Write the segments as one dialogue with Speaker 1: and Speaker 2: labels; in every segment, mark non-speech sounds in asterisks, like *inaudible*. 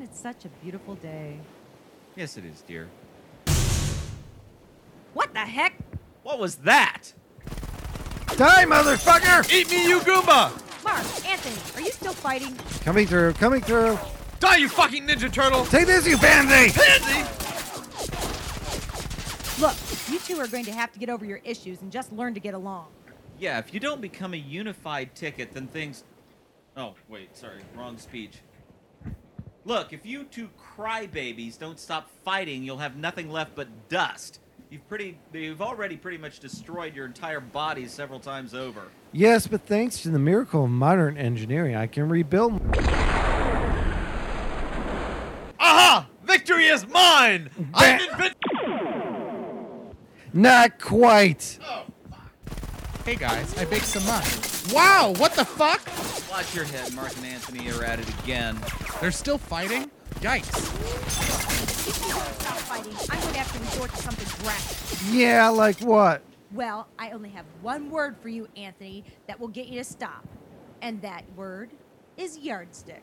Speaker 1: it's such a beautiful day.
Speaker 2: Yes, it is, dear.
Speaker 1: What the heck?
Speaker 2: What was that?
Speaker 3: Die, motherfucker!
Speaker 2: Eat me, you Goomba!
Speaker 1: Mark, Anthony, are you still fighting?
Speaker 3: Coming through, coming through.
Speaker 2: Die, you fucking Ninja Turtle!
Speaker 3: Take this, you pansy!
Speaker 2: Pansy!
Speaker 1: Look, you two are going to have to get over your issues and just learn to get along.
Speaker 2: Yeah, if you don't become a unified ticket, then things. Oh, wait, sorry, wrong speech. Look, if you two crybabies don't stop fighting, you'll have nothing left but dust. You've pretty, you've already pretty much destroyed your entire body several times over.
Speaker 3: Yes, but thanks to the miracle of modern engineering, I can rebuild.
Speaker 2: Aha! Victory is mine!
Speaker 3: I've
Speaker 2: invent-
Speaker 3: Not quite.
Speaker 4: Oh, Hey guys, I baked some mush. Wow, what the fuck?
Speaker 2: Watch your head, Mark and Anthony are at it again.
Speaker 4: They're still fighting? Yikes.
Speaker 1: If you don't stop fighting, I'm going to have to resort to something drastic.
Speaker 3: Yeah, like what?
Speaker 1: Well, I only have one word for you, Anthony, that will get you to stop. And that word is yardstick.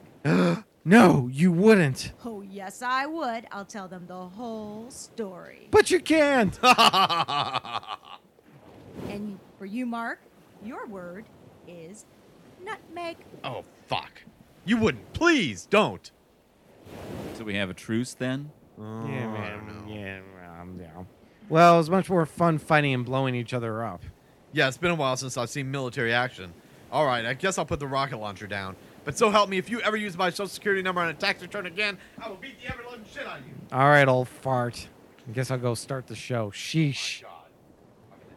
Speaker 3: No, you wouldn't.
Speaker 1: Oh, yes, I would. I'll tell them the whole story.
Speaker 3: But you
Speaker 5: *laughs*
Speaker 3: can't.
Speaker 5: Oh,
Speaker 1: And for you, Mark, your word is nutmeg.
Speaker 5: Oh, fuck. You wouldn't. Please don't.
Speaker 2: So we have a truce then? *laughs*
Speaker 4: Oh,
Speaker 3: yeah, man. Yeah, I'm down. Well, it was much more fun fighting and blowing each other up.
Speaker 5: Yeah, it's been a while since I've seen military action. All right, I guess I'll put the rocket launcher down. But so help me, if you ever use my social security number on a tax return again, I will beat the ever living shit out of you.
Speaker 3: All right, old fart. I guess I'll go start the show. Sheesh.
Speaker 5: God. I'm gonna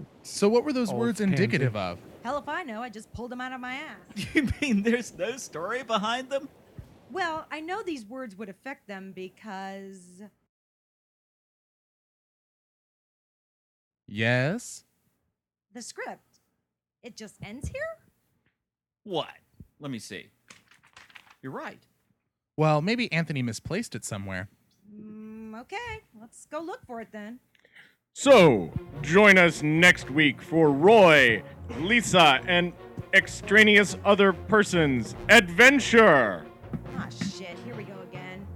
Speaker 5: die.
Speaker 4: So what were those
Speaker 3: Oh,
Speaker 4: words
Speaker 3: pansy.
Speaker 4: indicative of?
Speaker 1: Hell if I know, I just pulled them out of my ass.
Speaker 2: You mean there's no story behind them?
Speaker 1: Well, I know these words would affect them because.
Speaker 4: Yes?
Speaker 1: the script. It just ends here?
Speaker 2: What? Let me see. You're right.
Speaker 4: Well, maybe Anthony misplaced it somewhere.
Speaker 1: Mm, okay, let's go look for it then.
Speaker 6: So, join us next week for Roy, Lisa, and extraneous other persons adventure.
Speaker 1: Ah, shit, here we go again.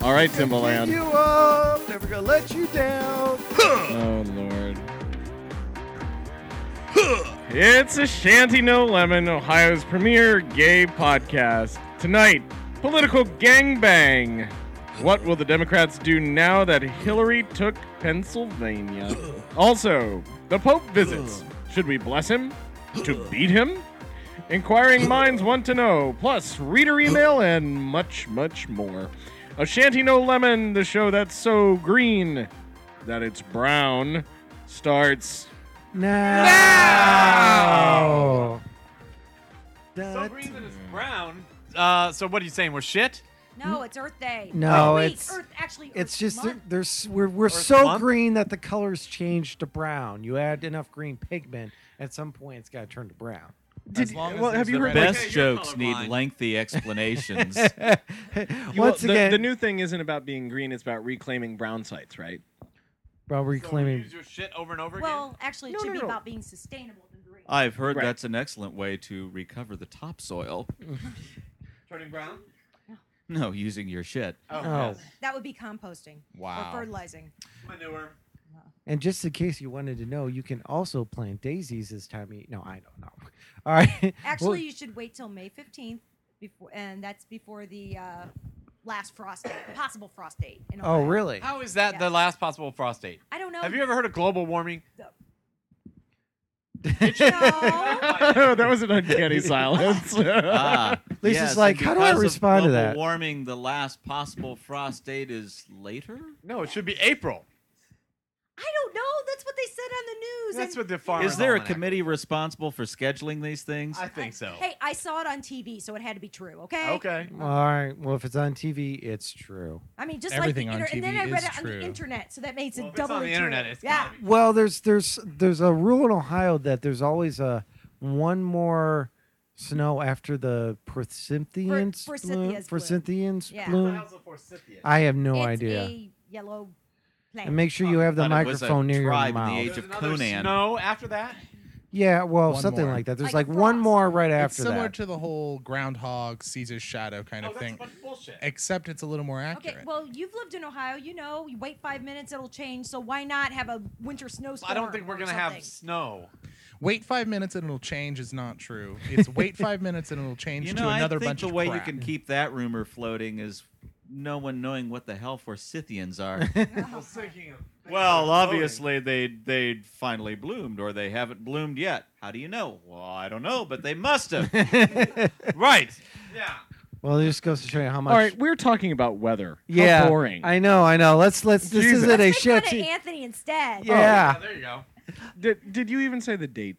Speaker 6: All right, Timbaland.
Speaker 3: You up, never gonna let you down.
Speaker 6: Oh, Lord. It's a Shanty No Lemon, Ohio's premier gay podcast. Tonight, political gangbang. What will the Democrats do now that Hillary took Pennsylvania? Also, the Pope visits. Should we bless him? To beat him? Inquiring minds want to know, plus reader email and much, much more. A Shanty No Lemon, the show that's so green that it's brown, starts
Speaker 3: Ah, Now.
Speaker 5: Some reason it's brown. Uh, so what are you saying? We're shit?
Speaker 1: No, it's Earth Day.
Speaker 3: Hmm? No,
Speaker 1: Oh, wait,
Speaker 3: it's-
Speaker 1: Earth actually.
Speaker 3: It's
Speaker 1: Earth
Speaker 3: just that
Speaker 1: month.
Speaker 3: there's we're we're
Speaker 5: Earth
Speaker 3: so
Speaker 5: month?
Speaker 3: green that the colors change to brown. You add enough green pigment, at some point it's gotta turn to brown.
Speaker 4: As long as
Speaker 6: well, have
Speaker 4: there's
Speaker 6: you
Speaker 4: the
Speaker 6: heard
Speaker 4: red-
Speaker 6: like,
Speaker 2: Best
Speaker 5: Okay, you're
Speaker 2: jokes need
Speaker 5: colorblind.
Speaker 2: lengthy
Speaker 5: *laughs*
Speaker 2: explanations.
Speaker 3: *laughs* Once
Speaker 6: well, the-
Speaker 3: again,
Speaker 6: the, new thing isn't about being green; it's about reclaiming brown sites, right?
Speaker 3: well,
Speaker 5: So we
Speaker 3: reclaiming.
Speaker 5: use your shit over and over again.
Speaker 1: Well, actually, it
Speaker 6: No,
Speaker 1: should
Speaker 6: no,
Speaker 1: be
Speaker 6: no.
Speaker 1: about being sustainable and green.
Speaker 2: I've heard
Speaker 6: Right.
Speaker 2: that's an excellent way to recover the topsoil.
Speaker 5: *laughs* Turning brown?
Speaker 2: No, using your shit.
Speaker 5: Oh,
Speaker 3: Oh.
Speaker 5: yes.
Speaker 1: that would be composting
Speaker 4: Wow.
Speaker 1: or fertilizing.
Speaker 5: Manure.
Speaker 3: And just in case you wanted to know, you can also plant daisies this time. Of, ye- no, I don't know. All right. *laughs*
Speaker 1: Actually,
Speaker 3: Well,
Speaker 1: you should wait till May fifteenth, before, and that's before the uh, last frost date, possible frost date. in
Speaker 3: oh,
Speaker 1: Ohio.
Speaker 3: really?
Speaker 5: How is that
Speaker 1: Yeah.
Speaker 5: the last possible frost date?
Speaker 1: I don't know.
Speaker 5: Have you ever heard of global warming? *laughs*
Speaker 1: No.
Speaker 6: *laughs* that was
Speaker 3: *laughs*
Speaker 6: an uncanny silence.
Speaker 2: *laughs* Ah,
Speaker 3: Lisa's
Speaker 2: yes,
Speaker 3: like,
Speaker 2: and
Speaker 3: "How do I
Speaker 2: because of
Speaker 3: respond to
Speaker 2: global
Speaker 3: that?"
Speaker 2: Warming. The last possible frost date is later.
Speaker 5: No, it should be April.
Speaker 1: I don't know. That's what they said on the news.
Speaker 5: That's
Speaker 1: and-
Speaker 5: what the farm.
Speaker 2: is there a committee responsible for scheduling these things?
Speaker 5: I think so.
Speaker 1: Hey, I saw it on TV, so it had to be true. Okay.
Speaker 5: Okay.
Speaker 3: All right. Well, if it's on TV, it's true.
Speaker 1: I mean, just
Speaker 4: Everything
Speaker 1: like
Speaker 4: on
Speaker 1: the internet, and then I
Speaker 4: TV
Speaker 1: read
Speaker 4: is
Speaker 1: it on
Speaker 4: true.
Speaker 1: the internet, so that makes
Speaker 5: Well,
Speaker 1: it
Speaker 5: if it's on
Speaker 1: doubly
Speaker 5: the
Speaker 1: true.
Speaker 5: internet, it's
Speaker 1: yeah.
Speaker 5: gotta
Speaker 3: Well, there's there's there's a rule in Ohio that there's always a one more snow after the Persinthian
Speaker 1: For- Forsythia
Speaker 3: sploon?
Speaker 1: sploon.
Speaker 3: Persinthian
Speaker 1: Yeah.
Speaker 3: sploon? I have no
Speaker 1: it's
Speaker 3: idea.
Speaker 1: a yellow plant.
Speaker 3: And make sure you have the
Speaker 2: Thought it was a
Speaker 3: microphone near your
Speaker 2: tribe in the
Speaker 3: mouth.
Speaker 2: age of Conan.
Speaker 7: No, after that,
Speaker 5: Oh,
Speaker 3: Yeah, well,
Speaker 4: One
Speaker 3: something
Speaker 4: more.
Speaker 3: like that. There's
Speaker 1: Like
Speaker 3: like,
Speaker 1: a
Speaker 3: one
Speaker 1: frost.
Speaker 3: more right
Speaker 4: It's
Speaker 3: after
Speaker 4: similar
Speaker 3: that.
Speaker 4: to the whole groundhog Caesar's shadow kind of thing,
Speaker 7: bullshit.
Speaker 4: except it's a little more accurate.
Speaker 1: Oh, Okay, well, you've lived in Ohio. You know, you wait five minutes, it'll change. So why not have a winter snowstorm?
Speaker 7: I don't think we're
Speaker 1: or
Speaker 7: gonna have
Speaker 1: something?
Speaker 7: snow.
Speaker 4: wait five minutes and it'll change is not true. It's wait five minutes and it'll change
Speaker 2: You know,
Speaker 4: to
Speaker 2: I
Speaker 4: another
Speaker 2: think
Speaker 4: bunch
Speaker 2: the
Speaker 4: of
Speaker 2: way
Speaker 4: crap.
Speaker 2: you can keep that rumor floating is no one knowing what the hell Forsythians are. *laughs*
Speaker 7: *laughs*
Speaker 2: well, obviously they they finally bloomed, or they haven't bloomed yet. How do you know? Well, I don't know, but they must have. right.
Speaker 3: well, it just goes to show you how much.
Speaker 6: All right, we're talking about weather. How
Speaker 3: yeah,
Speaker 6: boring.
Speaker 3: I know, I know. Let's let's. This
Speaker 6: Jesus.
Speaker 3: isn't a
Speaker 1: Let's make
Speaker 3: shit.
Speaker 1: fun of Anthony instead.
Speaker 3: Yeah.
Speaker 7: there you go.
Speaker 6: did, did you even say the date?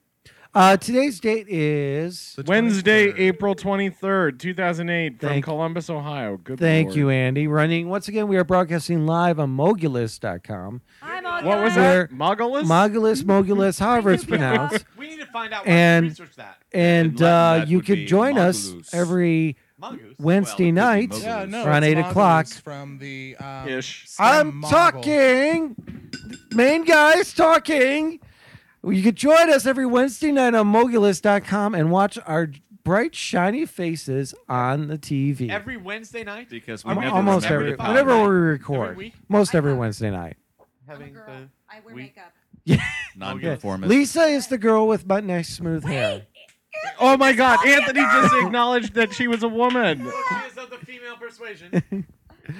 Speaker 3: Uh, today's date is.
Speaker 5: The 23rd.
Speaker 6: Wednesday, April 23rd, 2008, from
Speaker 3: Thank-
Speaker 6: Columbus, Ohio. Good
Speaker 3: Thank
Speaker 6: lord.
Speaker 3: you, Andy. Running once again, we are broadcasting live on mogulus.com.
Speaker 1: I'm all
Speaker 6: What was
Speaker 1: done.
Speaker 6: that? Mogulus?
Speaker 3: Mogulus, mogulus, however it's
Speaker 1: knew that.
Speaker 3: pronounced.
Speaker 7: We need to find out. why
Speaker 3: And-
Speaker 7: we research that.
Speaker 3: And
Speaker 2: In Latin,
Speaker 3: uh,
Speaker 2: that
Speaker 3: you
Speaker 2: would
Speaker 3: can
Speaker 2: be
Speaker 3: join us
Speaker 2: mogulus.
Speaker 3: every
Speaker 7: Mongoose.
Speaker 2: Well, it
Speaker 3: Wednesday night.
Speaker 2: could be
Speaker 4: yeah, no,
Speaker 3: Around
Speaker 4: it's
Speaker 3: eight
Speaker 4: Mongoose
Speaker 3: o'clock.
Speaker 4: from the um,
Speaker 6: Ish.
Speaker 4: stem
Speaker 3: I'm
Speaker 4: Mongol.
Speaker 3: talking. Main guy's talking. You can join us every Wednesday night on mogulus.com and watch our bright, shiny faces on the TV.
Speaker 7: Every Wednesday night,
Speaker 2: Because
Speaker 7: Are
Speaker 2: we
Speaker 3: Al-
Speaker 7: we
Speaker 2: never
Speaker 3: almost
Speaker 2: remember
Speaker 3: every,
Speaker 2: to
Speaker 7: power
Speaker 3: whenever
Speaker 7: rank?
Speaker 3: we
Speaker 7: Every
Speaker 3: record,
Speaker 7: week?
Speaker 3: most
Speaker 1: I
Speaker 3: every
Speaker 1: thought-
Speaker 3: Wednesday night.
Speaker 1: I'm a
Speaker 7: having
Speaker 1: girl.
Speaker 7: the
Speaker 1: I wear
Speaker 7: we-
Speaker 1: makeup.
Speaker 2: non-conformist.
Speaker 3: Lisa is the girl with my nice smooth hair.
Speaker 6: Oh my God! Anthony just acknowledged that she was a woman.
Speaker 7: she is of the female
Speaker 3: *laughs*
Speaker 7: persuasion.
Speaker 2: I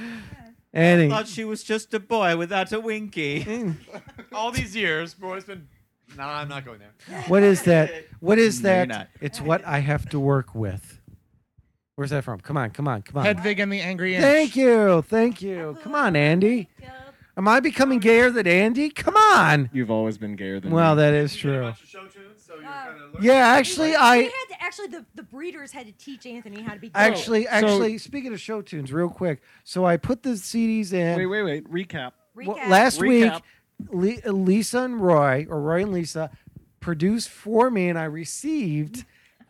Speaker 3: Annie, mm,
Speaker 2: thought she was just a boy without a
Speaker 3: *laughs*
Speaker 2: winky.
Speaker 7: All these years, we've always been. Nah, I'm not going there.
Speaker 3: what is that? What is
Speaker 2: No, you're
Speaker 3: that?
Speaker 2: not.
Speaker 3: It's what I have to work with. Where's that from? Come on, come on, come on.
Speaker 4: Hedvig and the Angry Inch.
Speaker 3: Thank you, thank you. Come on, Andy.
Speaker 1: Makeup.
Speaker 3: Am I becoming gayer than Andy? Come on.
Speaker 6: You've always been gayer than
Speaker 3: Well,
Speaker 6: me.
Speaker 3: that is
Speaker 7: You did a
Speaker 2: Oh.
Speaker 3: true.
Speaker 7: bunch of show tunes, so you're
Speaker 1: Oh.
Speaker 7: kinda learning.
Speaker 3: Yeah, actually,
Speaker 1: We- we
Speaker 3: I
Speaker 1: had to actually the, the breeders had to teach Anthony how to be. gay.
Speaker 3: actually actually speaking of show tunes, real quick. So I put the CDs in.
Speaker 6: Wait, wait, wait. Recap.
Speaker 3: Well,
Speaker 1: Recap.
Speaker 3: last
Speaker 6: Recap.
Speaker 3: week, Le- Lisa and Roy, or Roy and Lisa, produced for me, and I received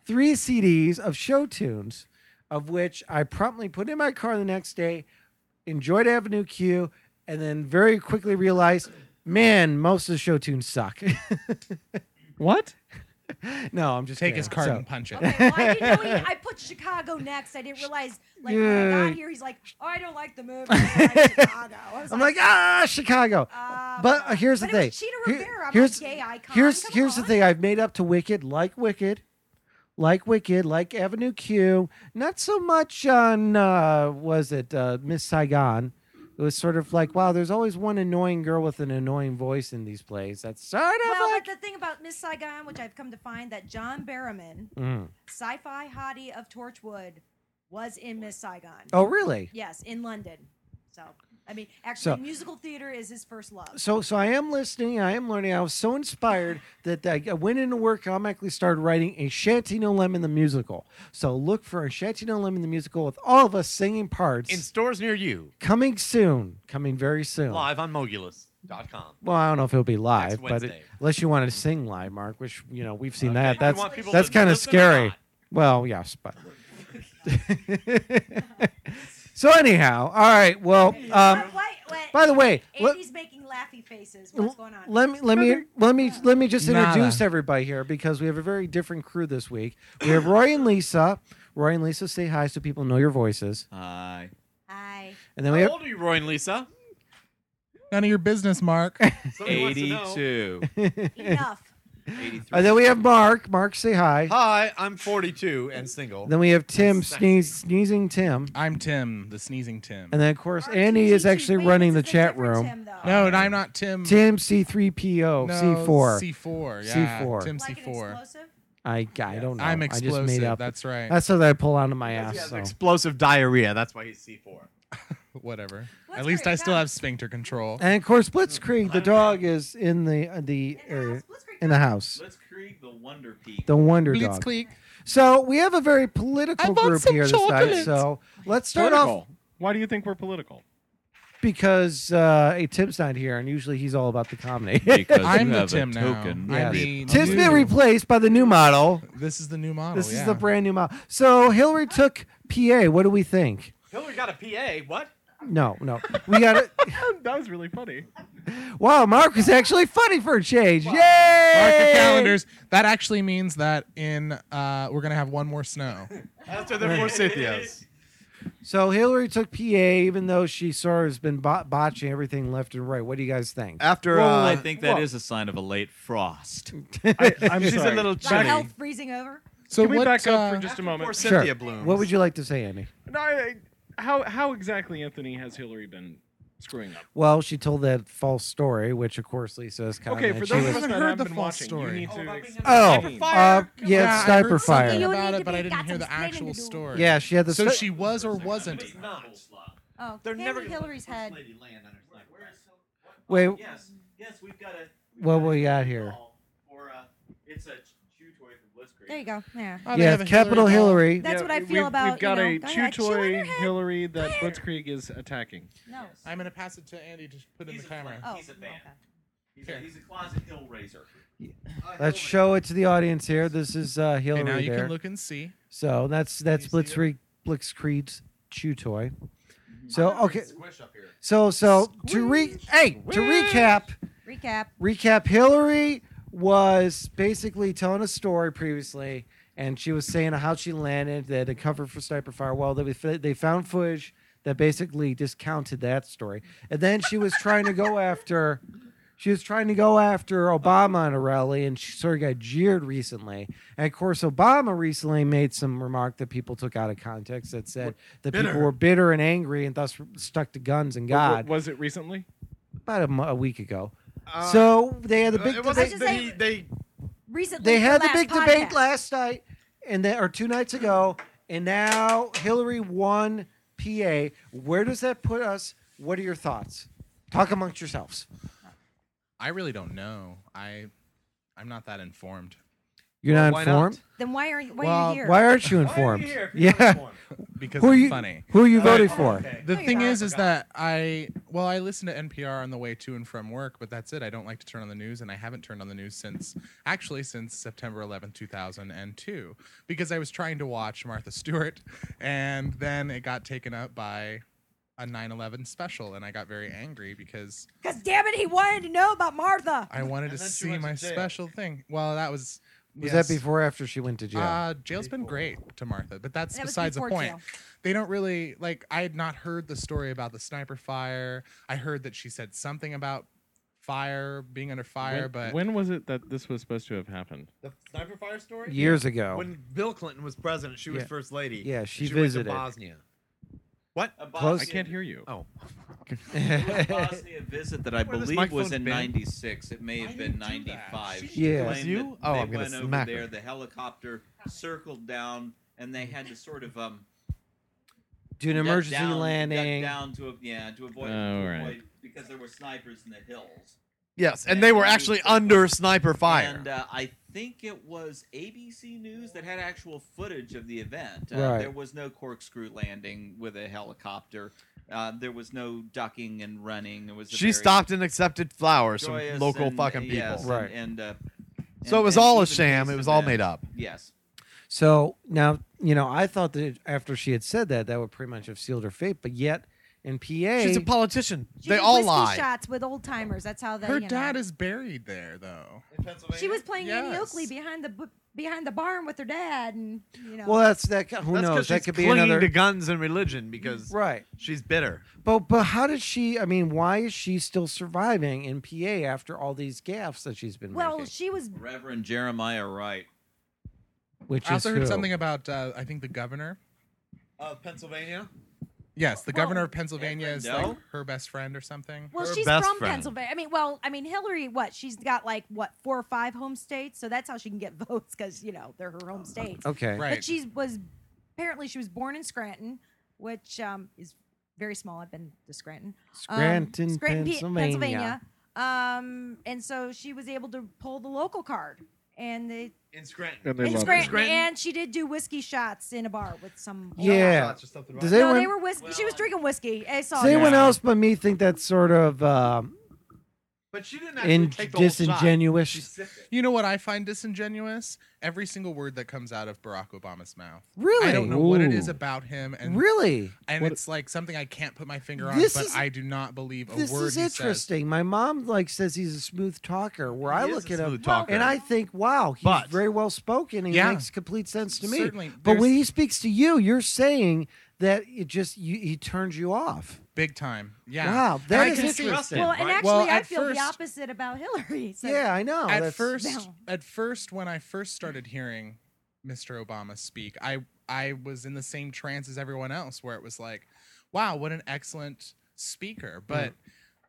Speaker 3: three CDs of show tunes, of which I promptly put in my car the next day, enjoyed Avenue Q, and then very quickly realized, man, most of the show tunes suck. *laughs*
Speaker 6: What?
Speaker 3: no, I'm just
Speaker 4: Take
Speaker 3: kidding.
Speaker 4: his card
Speaker 3: So-
Speaker 4: and punch it.
Speaker 1: Okay, well, I, didn't know he, I put Chicago next. I didn't realize like when I
Speaker 3: Yeah.
Speaker 1: got here, he's like, "Oh, I don't like the movie. I like Chicago." I was
Speaker 3: I'm like, ah, Chicago.
Speaker 1: uh,
Speaker 3: But uh, here's the
Speaker 1: but it
Speaker 3: thing.
Speaker 1: was Cheetah
Speaker 3: Here-
Speaker 1: Rivera. I'm
Speaker 3: here's
Speaker 1: a gay icon.
Speaker 3: here's
Speaker 1: Come
Speaker 3: here's
Speaker 1: on.
Speaker 3: the thing. I've made up to Wicked, like Wicked, like Wicked, like Avenue Q. Not so much on uh, was it uh, Miss Saigon. It was sort of like, wow, there's always one annoying girl with an annoying voice in these plays. That's sort of
Speaker 1: Well,
Speaker 3: like.
Speaker 1: but the thing about Miss Saigon, which I've come to find that John Barrowman,
Speaker 3: Mm.
Speaker 1: sci-fi hottie of Torchwood, was in Miss Saigon.
Speaker 3: Oh, really?
Speaker 1: Yes, in London. So, I mean, actually,
Speaker 3: So-
Speaker 1: musical theater is his first love.
Speaker 3: So, so I am listening. I am learning. I was so inspired that I I went into work and automatically started writing a Shanty No Lemon the musical. So look for a Shanty No Lemon the musical with all of us singing parts.
Speaker 5: in stores near you.
Speaker 3: Coming soon. Coming very soon.
Speaker 5: Live on Mogulus.com.
Speaker 3: Well, I don't know if it'll be live,
Speaker 5: Next
Speaker 3: but it-
Speaker 5: Wednesday.
Speaker 3: unless you want to sing live, Mark, which you know we've seen
Speaker 5: Okay,
Speaker 3: that.
Speaker 5: you
Speaker 3: That's
Speaker 5: want people
Speaker 3: that's
Speaker 5: to
Speaker 3: kind of
Speaker 5: listen or
Speaker 3: scary.
Speaker 5: not?
Speaker 3: Well, yes, but. *laughs* so anyhow, all right. Well, um,
Speaker 1: But wait, wait.
Speaker 3: by the way, let,
Speaker 1: Andy's making laughy faces. What's going on?
Speaker 3: let me let me let me let me just
Speaker 4: Nada.
Speaker 3: introduce everybody here because we have a very different crew this week. We have Roy and Lisa. Roy and Lisa, say hi so people know your voices.
Speaker 2: Hi.
Speaker 3: *laughs*
Speaker 1: Hi.
Speaker 3: And then we
Speaker 7: How
Speaker 3: have
Speaker 7: old are you, Roy and Lisa?
Speaker 4: None of your business, Mark.
Speaker 7: Somebody wants to know.
Speaker 2: 82.
Speaker 1: Enough.
Speaker 2: 83.
Speaker 3: *laughs* and Oh, then we have Mark. Mark, say hi.
Speaker 5: Hi, I'm 42 and single.
Speaker 3: Then we have Tim
Speaker 5: Sexy.
Speaker 3: sneeze, sneezing Tim,
Speaker 4: I'm Tim, the sneezing Tim.
Speaker 3: and then of course
Speaker 1: Our
Speaker 3: Annie is
Speaker 1: TTT
Speaker 3: actually
Speaker 1: wait,
Speaker 3: running the
Speaker 1: this is a
Speaker 3: chat
Speaker 1: different
Speaker 3: room.
Speaker 1: Tim, though.
Speaker 4: no, and I'm not Tim.
Speaker 3: Tim C3PO
Speaker 4: no,
Speaker 3: C4.
Speaker 4: C4. Yeah.
Speaker 3: C4.
Speaker 4: Tim
Speaker 1: Like an
Speaker 4: C4.
Speaker 1: explosive?
Speaker 3: I I don't know.
Speaker 4: I'm
Speaker 3: I just made
Speaker 4: explosive.
Speaker 3: up.
Speaker 4: That's right.
Speaker 3: That's what I pull out of my
Speaker 5: He
Speaker 3: ass.
Speaker 5: has
Speaker 3: So.
Speaker 5: explosive diarrhea. That's why he's C4.
Speaker 4: Whatever.
Speaker 1: Let's
Speaker 4: At least
Speaker 1: hurry,
Speaker 4: I still
Speaker 1: come.
Speaker 4: have sphincter control.
Speaker 3: And of course, Blitzkrieg, the dog, is in the uh, the
Speaker 1: In the
Speaker 3: area,
Speaker 1: house. Let's bring
Speaker 3: in the house.
Speaker 2: Let's create the Wonder Peak.
Speaker 3: The Wonder Dog. *laughs*
Speaker 4: Blitzkrieg.
Speaker 3: So we have a very
Speaker 4: I
Speaker 3: political
Speaker 4: want
Speaker 3: group
Speaker 4: some
Speaker 3: here this night.
Speaker 4: chocolate.
Speaker 3: So let's start
Speaker 6: Political.
Speaker 3: off.
Speaker 6: Why do you think we're political?
Speaker 3: because uh, hey, Tim's not here, and usually he's all about the
Speaker 4: *laughs*
Speaker 3: comedy.
Speaker 8: Because
Speaker 4: I'm
Speaker 8: you
Speaker 4: the
Speaker 8: have
Speaker 4: Tim
Speaker 8: a
Speaker 4: now.
Speaker 8: token.
Speaker 4: I
Speaker 3: Yeah.
Speaker 4: need
Speaker 3: Tim's
Speaker 4: you.
Speaker 3: been replaced by the new model.
Speaker 4: *laughs* This is the new model.
Speaker 3: This
Speaker 4: Oh, yeah.
Speaker 3: is the brand new model. So Hillary took PA. What do we think?
Speaker 7: Hillary got a PA. What?
Speaker 3: No, no, we got it.
Speaker 6: that was really funny.
Speaker 3: *laughs* Wow, Mark is actually funny for a change. Yay!
Speaker 4: Mark your calendars. That actually means that in uh, we're gonna have one more snow.
Speaker 5: After the
Speaker 2: *laughs*
Speaker 5: Forsythias.
Speaker 3: So Hillary took PA, even though she sort of has been bot- botching everything left and right. What do you guys think?
Speaker 5: After
Speaker 2: Well,
Speaker 5: uh,
Speaker 2: I think that is
Speaker 5: well,
Speaker 2: a sign of a late frost.
Speaker 8: I, I'm
Speaker 5: she's
Speaker 8: sorry.
Speaker 5: a little
Speaker 1: Like
Speaker 5: chilly.
Speaker 1: health freezing over.
Speaker 4: So
Speaker 6: Can we
Speaker 4: what?
Speaker 6: back up for
Speaker 4: uh,
Speaker 6: just a
Speaker 5: Poor
Speaker 6: moment?
Speaker 5: Cynthia Bloom.
Speaker 3: What would you like to say, Andy?
Speaker 6: No, I- I- how how exactly Anthony has Hillary been screwing up?
Speaker 3: Well, she told that false story, which of course Lisa is kind
Speaker 6: Okay, for
Speaker 4: I
Speaker 6: those of us
Speaker 4: haven't
Speaker 6: that
Speaker 4: heard
Speaker 6: have
Speaker 4: the
Speaker 6: been
Speaker 4: full
Speaker 6: watching,
Speaker 4: story.
Speaker 6: you need to.
Speaker 3: Oh,
Speaker 6: explain.
Speaker 3: uh, yeah, it's
Speaker 4: I heard
Speaker 3: sniper
Speaker 4: something
Speaker 3: fire.
Speaker 1: You
Speaker 4: about
Speaker 1: need
Speaker 4: it,
Speaker 1: to
Speaker 4: but
Speaker 1: be-
Speaker 4: I didn't
Speaker 1: got
Speaker 4: hear
Speaker 1: some
Speaker 4: the
Speaker 1: explaining to
Speaker 4: actual
Speaker 1: do.
Speaker 4: story.
Speaker 3: Yeah, she had the.
Speaker 4: So
Speaker 3: sni-
Speaker 4: she was or wasn't.
Speaker 1: Oh,
Speaker 7: They're
Speaker 1: Candy
Speaker 7: never gonna
Speaker 1: Hillary's head.
Speaker 3: Wait.
Speaker 4: Oh,
Speaker 2: Yes, yes, we've got a.
Speaker 3: What we got here?
Speaker 2: For, uh, it's a chew toy from Blitzkrieg.
Speaker 1: There you go. Yeah.
Speaker 4: Oh, they
Speaker 3: yeah,
Speaker 4: have a
Speaker 3: capital
Speaker 4: doll.
Speaker 3: Hillary.
Speaker 1: That's what I feel
Speaker 6: we've,
Speaker 1: about.
Speaker 6: We've got
Speaker 1: you know,
Speaker 6: a
Speaker 1: go
Speaker 6: chew
Speaker 1: ahead, chew on
Speaker 6: toy
Speaker 1: her head.
Speaker 6: Hillary that
Speaker 1: There.
Speaker 6: Blitzkrieg is attacking.
Speaker 1: No.
Speaker 4: I'm gonna pass it to Andy to put in the
Speaker 2: He's a
Speaker 4: camera.
Speaker 2: flank.
Speaker 1: Oh.
Speaker 2: He's a
Speaker 1: okay.
Speaker 2: man. He's,
Speaker 4: Here.
Speaker 2: a, he's a closet hill raiser.
Speaker 3: Let's show it to the audience here. This is uh, Hillary
Speaker 4: Okay, now you
Speaker 3: there.
Speaker 4: can look and see.
Speaker 3: so that's that's
Speaker 4: Can you see it?
Speaker 3: Blitzkrieg Blitzkrieg's chew toy.
Speaker 4: Mm-hmm.
Speaker 3: So okay,
Speaker 5: Squish up here.
Speaker 3: so so to re hey to recap
Speaker 1: Recap.
Speaker 3: recap Hillary was basically telling a story previously, and she was saying how she landed. They had to cover for sniper fire. Well, they f- they found footage that basically discounted that story, and then she was trying to go after. She was trying to go after Obama in a rally, and she sort of got jeered recently. And of course, Obama recently made some remark that people took out of context that said that people were bitter and angry, and thus stuck to guns and
Speaker 6: W-
Speaker 3: God.
Speaker 6: Was it recently?
Speaker 3: About a, mo- a week ago,
Speaker 5: Uh,
Speaker 3: so they had the
Speaker 5: uh,
Speaker 3: big.
Speaker 5: it
Speaker 1: I
Speaker 5: wasn't
Speaker 1: should
Speaker 5: the-
Speaker 1: say-
Speaker 5: they
Speaker 1: Recently,
Speaker 3: they
Speaker 1: the
Speaker 3: had the
Speaker 1: last
Speaker 3: big
Speaker 1: podcast.
Speaker 3: debate last night and then or two nights ago and now hillary won pa where does that put us what are your thoughts talk amongst yourselves
Speaker 4: I really don't know. I I'm not that informed
Speaker 3: you're
Speaker 5: Well,
Speaker 3: not
Speaker 5: why not?
Speaker 3: informed
Speaker 1: Then why are you, why
Speaker 4: Well,
Speaker 1: are you here?
Speaker 3: why aren't you informed yeah
Speaker 4: because
Speaker 3: who are
Speaker 4: I'm
Speaker 3: you
Speaker 4: funny.
Speaker 3: who
Speaker 5: Uh,
Speaker 3: are *laughs* you voting for
Speaker 4: The
Speaker 1: No, you're
Speaker 4: thing
Speaker 1: not.
Speaker 4: is, is that I well, I listen to NPR on the way to and from work, but that's it. I don't like to turn on the news, and I haven't turned on the news since actually since September 11, 2002, because I was trying to watch Martha Stewart, and then it got taken up by a 9/11 special, and I got very angry because
Speaker 1: Because damn it, he wanted to know about Martha.
Speaker 4: *laughs* I wanted to
Speaker 7: then she
Speaker 4: see
Speaker 7: went to
Speaker 4: my
Speaker 7: jail.
Speaker 4: special thing. Well, that was
Speaker 3: was
Speaker 4: yes.
Speaker 3: that before or after she went to jail
Speaker 4: Uh, jail's been great to Martha, but that's
Speaker 1: That was
Speaker 4: besides the
Speaker 1: before
Speaker 4: point.
Speaker 1: jail.
Speaker 4: They don't really like. I had not heard the story about the sniper fire. I heard that she said something about fire being under fire,
Speaker 6: when,
Speaker 4: but
Speaker 6: when was it that this was supposed to have happened?
Speaker 5: the sniper fire story.
Speaker 3: years ago
Speaker 5: When Bill Clinton was president, she was
Speaker 3: Yeah.
Speaker 5: first lady.
Speaker 3: Yeah,
Speaker 5: and
Speaker 3: she visited.
Speaker 5: Went to Bosnia. What?
Speaker 3: Close-
Speaker 6: I
Speaker 5: *laughs*
Speaker 6: can't hear you.
Speaker 5: Oh,
Speaker 2: Bosnia visit that I
Speaker 5: Where this
Speaker 2: believe was
Speaker 5: microphone
Speaker 2: in
Speaker 5: been?
Speaker 2: '96. It may have been
Speaker 4: didn't do that.
Speaker 2: '95.
Speaker 3: She Yeah.
Speaker 5: Was you? Oh,
Speaker 2: they
Speaker 5: I'm gonna
Speaker 2: went over
Speaker 5: smack her.
Speaker 2: there. The helicopter circled down, and they had to sort of um
Speaker 3: do an
Speaker 2: duck
Speaker 3: emergency
Speaker 2: down, duck
Speaker 3: landing
Speaker 2: down to a, yeah to avoid,
Speaker 6: Oh,
Speaker 2: to
Speaker 6: right.
Speaker 2: avoid because there were snipers in the hills.
Speaker 5: yes, and
Speaker 2: And
Speaker 5: they were
Speaker 2: you
Speaker 5: actually
Speaker 2: said-
Speaker 5: under sniper fire.
Speaker 2: And uh, I think it was ABC News that had actual footage of the event. Uh,
Speaker 3: Right.
Speaker 2: There was no corkscrew landing with a helicopter. Uh, there was no ducking and running. It was a
Speaker 5: she
Speaker 2: very
Speaker 5: stopped and accepted flowers from
Speaker 2: joyous
Speaker 5: local
Speaker 2: and- uh,
Speaker 5: fucking people.
Speaker 2: yes, and-
Speaker 3: Right.
Speaker 2: And, uh,
Speaker 5: So
Speaker 2: and-
Speaker 5: it was
Speaker 2: and
Speaker 5: all a
Speaker 2: even
Speaker 5: sham.
Speaker 2: these
Speaker 5: It was all
Speaker 2: events-
Speaker 5: made up.
Speaker 2: Yes.
Speaker 3: So now, you know, I thought that after she had said that, that would pretty much have sealed her fate. But yet, in PA,
Speaker 5: She's a politician.
Speaker 1: She
Speaker 5: they
Speaker 1: did
Speaker 5: all
Speaker 1: whiskey
Speaker 5: lie.
Speaker 1: shots with old timers. That's how they.
Speaker 4: her
Speaker 1: you know.
Speaker 4: dad is buried there though.
Speaker 1: She was playing Annie
Speaker 4: Yes.
Speaker 1: Oakley behind the bu- behind the barn with her dad, and you know.
Speaker 3: well, that's that. Who
Speaker 5: That's 'cause
Speaker 3: knows? That
Speaker 5: she's
Speaker 3: could be
Speaker 5: clinging
Speaker 3: another.
Speaker 5: to guns and religion because
Speaker 3: right.
Speaker 5: she's bitter.
Speaker 3: But but how did she? I mean, why is she still surviving in PA after all these gaffes that she's been
Speaker 1: well,
Speaker 3: making?
Speaker 1: she was
Speaker 2: Reverend Jeremiah Wright.
Speaker 3: Which
Speaker 4: I also
Speaker 3: is
Speaker 4: heard
Speaker 3: who?
Speaker 4: something about uh, I think the governor.
Speaker 5: Of Pennsylvania.
Speaker 4: Yes, the
Speaker 1: Well,
Speaker 4: governor of Pennsylvania
Speaker 2: Erin
Speaker 4: is
Speaker 2: Dell?
Speaker 4: like her best friend or something.
Speaker 1: Well,
Speaker 5: Her
Speaker 1: she's
Speaker 5: best
Speaker 1: from
Speaker 5: friend.
Speaker 1: Pennsylvania. I mean, well, I mean Hillary. What she's got like what four or five home states, so that's how she can get *laughs* votes because you know they're her home states.
Speaker 3: Okay.
Speaker 4: Right.
Speaker 1: But she was apparently she was born in Scranton, which um, is very small. I've been to Scranton, Um,
Speaker 3: Scranton,
Speaker 1: Pe-
Speaker 3: Pennsylvania.
Speaker 1: Pennsylvania. Um, and so she was able to pull the local card, and they
Speaker 5: in Scranton.
Speaker 6: and they
Speaker 1: In
Speaker 6: love
Speaker 1: Scranton,
Speaker 5: Scranton?
Speaker 1: and she did do whiskey shots in a bar with some.
Speaker 3: Yeah.
Speaker 5: Shots or something,
Speaker 3: Does
Speaker 5: right?
Speaker 1: No,
Speaker 3: anyone,
Speaker 1: they were whiskey. she was drinking whiskey. I saw.
Speaker 3: does anyone
Speaker 1: that.
Speaker 3: else but me think that's sort of um,
Speaker 5: But she didn't actually
Speaker 3: in
Speaker 5: take the whole shot. She
Speaker 3: disingenuous?
Speaker 5: sipped it.
Speaker 4: You know what I find disingenuous? Every single word that comes out of Barack Obama's mouth.
Speaker 3: Really?
Speaker 4: I don't know what it is
Speaker 6: Ooh.
Speaker 4: about him, and
Speaker 3: Really?
Speaker 4: and
Speaker 6: What-
Speaker 4: it's like something I can't put my finger on.
Speaker 3: This
Speaker 4: But
Speaker 3: is-
Speaker 4: I do not believe a
Speaker 3: This
Speaker 4: word
Speaker 3: is
Speaker 4: he
Speaker 3: interesting. My mom like says he's a smooth talker. Where I
Speaker 5: He is
Speaker 3: look
Speaker 5: a
Speaker 3: at him
Speaker 5: smooth talker.
Speaker 3: and I think, wow, he's
Speaker 5: But-
Speaker 3: very well spoken. and He
Speaker 4: Yeah.
Speaker 3: makes complete sense to me.
Speaker 4: Certainly,
Speaker 3: but when
Speaker 4: there's-
Speaker 3: he speaks to you, you're saying that it just you, he turns you off.
Speaker 4: says. Big time. Yeah.
Speaker 3: Wow,
Speaker 4: And
Speaker 3: that
Speaker 4: I
Speaker 3: is
Speaker 4: can see-
Speaker 3: interesting.
Speaker 1: Well, and
Speaker 5: Right.
Speaker 1: actually,
Speaker 4: Well,
Speaker 1: I
Speaker 4: at
Speaker 1: feel
Speaker 4: first-
Speaker 1: the opposite about Hillary. *laughs* So
Speaker 3: yeah, I know.
Speaker 4: at
Speaker 3: That's-
Speaker 4: first
Speaker 1: No.
Speaker 4: at first when i first started hearing mr obama speak i i was in the same trance as everyone else where it was like wow what an excellent speaker but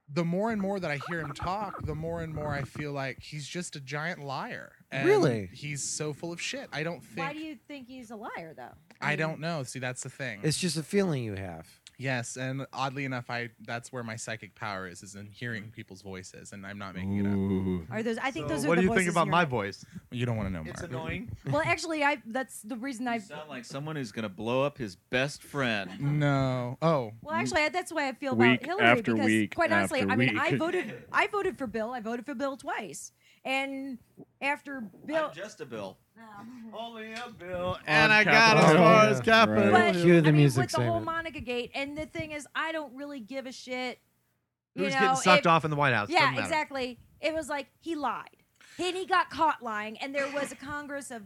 Speaker 4: the more and more that i hear him talk the more and more i feel like he's just a giant liar and
Speaker 3: Really?
Speaker 4: he's so full of shit i don't think
Speaker 1: Why do you think he's a liar, though?
Speaker 4: i
Speaker 1: mean,
Speaker 4: don't know see that's the thing
Speaker 3: it's just a feeling you have.
Speaker 4: yes and oddly enough i that's where my psychic power is is in hearing people's voices and i'm not
Speaker 6: it.
Speaker 4: making it up
Speaker 6: Ooh.
Speaker 1: Are those? I think
Speaker 5: So
Speaker 1: those are.
Speaker 5: what
Speaker 1: the
Speaker 5: do you think
Speaker 1: voices
Speaker 5: about
Speaker 1: you're-
Speaker 5: my voice?
Speaker 4: you don't want to know
Speaker 5: It's
Speaker 4: Mark.
Speaker 5: annoying.
Speaker 1: Well, actually, I. That's the reason I.
Speaker 2: You sound like someone who's gonna blow up his best friend.
Speaker 4: no oh
Speaker 1: Well,
Speaker 5: Mm.
Speaker 1: actually, I- that's why I feel
Speaker 6: Week
Speaker 1: about Hillary
Speaker 6: after
Speaker 1: because,
Speaker 6: week
Speaker 1: quite honestly,
Speaker 6: after
Speaker 1: I mean, I
Speaker 6: week.
Speaker 1: voted. I voted for Bill. I voted for Bill twice, and after Bill,
Speaker 2: I'm just a bill.
Speaker 5: *laughs*
Speaker 1: Um,
Speaker 2: Only a bill.
Speaker 5: And
Speaker 6: On
Speaker 5: I got as
Speaker 6: Capitol
Speaker 5: far
Speaker 3: Hill.
Speaker 5: as Capitol.
Speaker 6: Right.
Speaker 1: but
Speaker 3: Cue the
Speaker 1: I mean,
Speaker 3: music
Speaker 1: with the whole
Speaker 3: segment.
Speaker 1: Monica Gate, and the thing is, I don't really give a shit. You
Speaker 5: Who's
Speaker 1: know,
Speaker 5: getting sucked
Speaker 1: it-
Speaker 5: off in the White House? Doesn't
Speaker 1: Yeah,
Speaker 5: matter.
Speaker 1: exactly. It was like he lied, and he got caught lying, and there was a Congress of.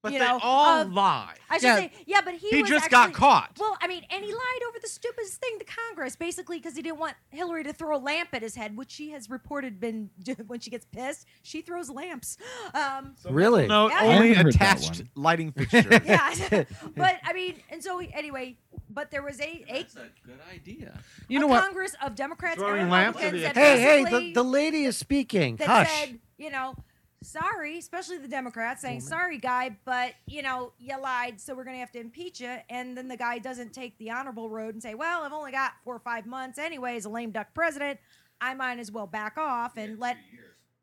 Speaker 5: But
Speaker 1: you
Speaker 5: they
Speaker 1: know,
Speaker 5: all
Speaker 1: of-
Speaker 5: lie.
Speaker 1: I should
Speaker 4: Yeah.
Speaker 1: say, yeah, but he
Speaker 5: He
Speaker 1: was
Speaker 5: just
Speaker 1: actually,
Speaker 5: got caught.
Speaker 1: Well, I mean, and he lied over the stupidest thing to Congress, basically, because he didn't want Hillary to throw a lamp at his head, which she has reported been *laughs* when she gets pissed, she throws lamps. Um,
Speaker 3: really?
Speaker 5: No,
Speaker 1: Yeah.
Speaker 5: only
Speaker 6: I heard that
Speaker 5: attached
Speaker 6: one.
Speaker 5: lighting fixture.
Speaker 1: yeah, *laughs* but I mean, and so he- anyway, but there was a, a,
Speaker 2: That's a good idea.
Speaker 4: you
Speaker 1: a
Speaker 4: know what
Speaker 1: Congress of Democrats
Speaker 5: Throwing
Speaker 1: and
Speaker 5: lamps at
Speaker 1: Republicans that
Speaker 5: the
Speaker 3: Hey, hey,
Speaker 1: basically-
Speaker 3: the, the lady is speaking.
Speaker 1: that
Speaker 3: Hush.
Speaker 1: said, you know, sorry, especially the Democrats saying, sorry, guy, but, you know, you lied, so we're going to have to impeach you. And then the guy doesn't take the honorable road and say, well, I've only got four or five months anyway as a lame duck president. I might as well back off and let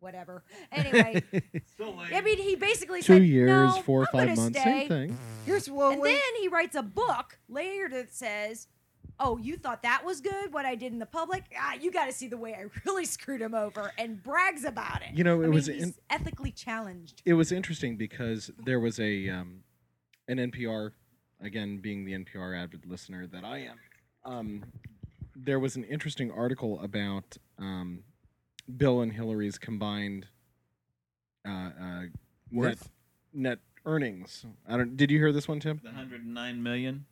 Speaker 1: whatever. Anyway, I mean, he basically
Speaker 6: Two
Speaker 1: said,
Speaker 6: years,
Speaker 1: no,
Speaker 6: four or
Speaker 1: I'm
Speaker 6: five
Speaker 1: gonna
Speaker 6: months,
Speaker 1: stay.
Speaker 6: same thing.
Speaker 3: Here's what
Speaker 1: And
Speaker 3: we-
Speaker 1: then he writes a book later that says, "Oh, you thought that was good? What I did in the public? Ah, you got to see the way I *laughs* really screwed him over," and brags about it.
Speaker 6: You know,
Speaker 1: I
Speaker 6: it
Speaker 1: mean,
Speaker 6: was
Speaker 1: he's
Speaker 6: in-
Speaker 1: ethically challenged.
Speaker 6: It was interesting because there was a um, an NPR, again being the NPR avid listener that I am. Um, there was an interesting article about um, Bill and Hillary's combined uh, uh,
Speaker 4: Worth.
Speaker 6: net, net earnings. I don't. Did you hear this one, Tim?
Speaker 2: The 109 million.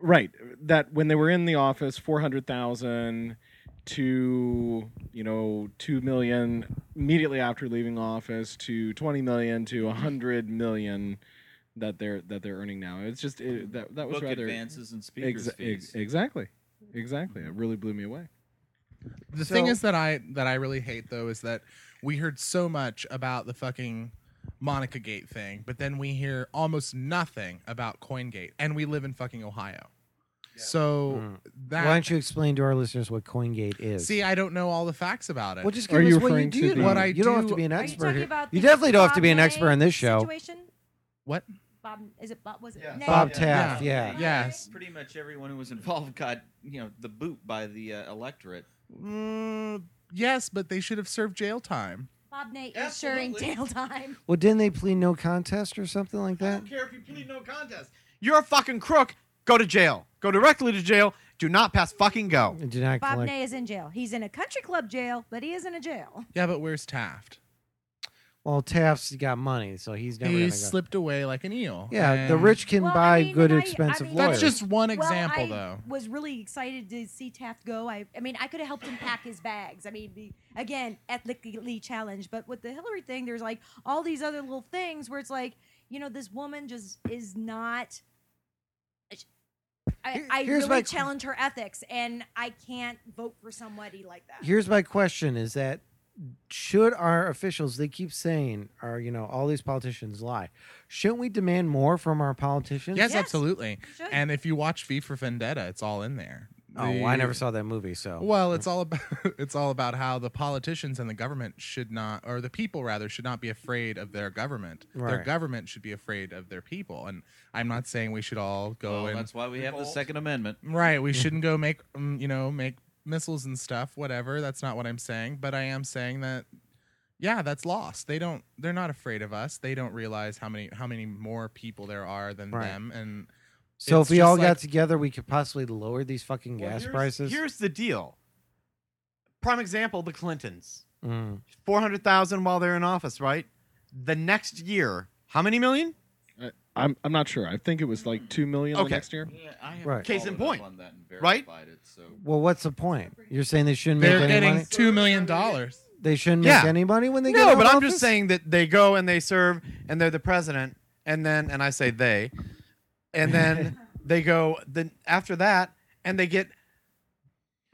Speaker 6: right that when they were in the office 400,000 to you know 2 million immediately after leaving office to 20 million to 100 million that they're that they're earning now it's just it, that that was
Speaker 2: Book
Speaker 6: rather
Speaker 2: advances and speakers
Speaker 6: ex-
Speaker 2: fees.
Speaker 6: ex- exactly exactly it really blew me away
Speaker 4: The thing
Speaker 3: So-
Speaker 4: is that I that I really hate though is that we heard so much about the fucking Monica Gate thing, but then we hear almost nothing about CoinGate, and we live in fucking Ohio. So that
Speaker 3: Mm. Why don't you explain to our listeners what CoinGate is?
Speaker 4: see, I don't know all the facts about it.
Speaker 3: well, just
Speaker 6: Are
Speaker 3: give us
Speaker 6: you
Speaker 3: what you
Speaker 6: referring
Speaker 3: do.
Speaker 6: to the-
Speaker 3: know.
Speaker 4: What I
Speaker 3: you don't have
Speaker 4: do-
Speaker 3: to be an
Speaker 1: Are you
Speaker 3: expert.
Speaker 1: talking
Speaker 3: here.
Speaker 1: about
Speaker 3: you
Speaker 1: the
Speaker 3: definitely don't have to
Speaker 1: Bob
Speaker 3: be an
Speaker 1: May
Speaker 3: expert on this show.
Speaker 1: Situation?
Speaker 4: what?
Speaker 1: Bob, is it Bob? Was it Nay?
Speaker 3: Bob
Speaker 4: Yeah.
Speaker 3: Taft,
Speaker 4: Yeah.
Speaker 3: yeah.
Speaker 4: Yes.
Speaker 2: Pretty much everyone who was involved got you know the boot by the uh, electorate.
Speaker 4: Mm, yes, but they should have served jail time.
Speaker 1: Bob Nate is sharing
Speaker 2: Absolutely.
Speaker 1: tail *laughs* time.
Speaker 3: Well, didn't they plead no contest or something like
Speaker 5: I
Speaker 3: that?
Speaker 5: don't care if you plead no contest. You're a fucking crook. Go to jail. Go directly to jail. Do not pass fucking go.
Speaker 3: It did not
Speaker 1: Bob
Speaker 3: collect-
Speaker 1: Ney is in jail. He's in a country club jail, but he is in a jail.
Speaker 4: Yeah, but where's Taft?
Speaker 3: Well, Taft's got money, so he's never
Speaker 4: He
Speaker 3: going to go.
Speaker 4: slipped away like an eel.
Speaker 3: yeah, the
Speaker 4: and
Speaker 3: rich can
Speaker 1: Well, I
Speaker 3: buy
Speaker 1: mean,
Speaker 3: good,
Speaker 1: and I- I
Speaker 3: expensive
Speaker 1: mean-
Speaker 3: lawyers.
Speaker 4: That's just one
Speaker 1: Well,
Speaker 4: example,
Speaker 1: I
Speaker 4: though.
Speaker 1: Was really excited to see Taft go. I, I mean, I could have helped him pack his bags. I mean, be, again, ethically challenged. But with the Hillary thing, there's like all these other little things where it's like, you know, this woman just is not. I,
Speaker 3: Here-
Speaker 1: I
Speaker 3: here's
Speaker 1: really
Speaker 3: my-
Speaker 1: challenge her ethics, and I can't vote for somebody like that.
Speaker 3: Here's my question: Is that should our officials? They keep saying, "Are you know all these politicians lie?" Shouldn't we demand more from our politicians?
Speaker 4: Yes,
Speaker 1: Yes,
Speaker 4: absolutely.
Speaker 1: should.
Speaker 4: And if you watch V for Vendetta, it's all in there.
Speaker 3: Oh, well, I
Speaker 4: the-
Speaker 3: never saw that movie, so
Speaker 4: Well, it's all about *laughs* it's all about how the politicians and the government should not, or the people rather, should not be afraid of their government. Their
Speaker 3: Right.
Speaker 4: government should be afraid of their people. And I'm not saying we should all go
Speaker 2: Well,
Speaker 4: Oh, and
Speaker 2: that's why we have the Second Amendment.
Speaker 4: *laughs* right. We shouldn't go make um, you know make missiles and stuff. Whatever. That's not what I'm saying. But I am saying that yeah, that's lost. They don't. They're not afraid of us. They don't realize how many how many more people there are than
Speaker 3: Right.
Speaker 4: them. And
Speaker 3: so
Speaker 4: it's
Speaker 3: if we
Speaker 4: just
Speaker 3: all
Speaker 4: like-
Speaker 3: got together, we could possibly lower these fucking
Speaker 7: Well,
Speaker 3: gas
Speaker 7: here's-
Speaker 3: prices.
Speaker 7: Here's the deal. Prime example: the Clintons,
Speaker 3: Mm.
Speaker 5: Four hundred thousand while they're in office, right? The next year, how many million?
Speaker 2: Mm-hmm.
Speaker 6: I'm I'm not sure. I think it was like two million
Speaker 5: Okay.
Speaker 6: the next year.
Speaker 2: Yeah, I haven't
Speaker 3: Right.
Speaker 5: Case in
Speaker 2: followed up
Speaker 5: point,
Speaker 2: on that and
Speaker 5: right?
Speaker 2: verified It, so.
Speaker 3: Well, what's the point? You're saying they shouldn't
Speaker 4: they're
Speaker 3: make any
Speaker 4: getting
Speaker 3: money.
Speaker 4: two million dollars.
Speaker 3: They shouldn't
Speaker 5: Yeah.
Speaker 3: make any money when they get
Speaker 5: No,
Speaker 3: out
Speaker 5: but
Speaker 3: of
Speaker 5: I'm just
Speaker 3: office?
Speaker 5: saying that they go and they serve and they're the president and then and I say they and
Speaker 3: *laughs*
Speaker 5: then they go then after that and they get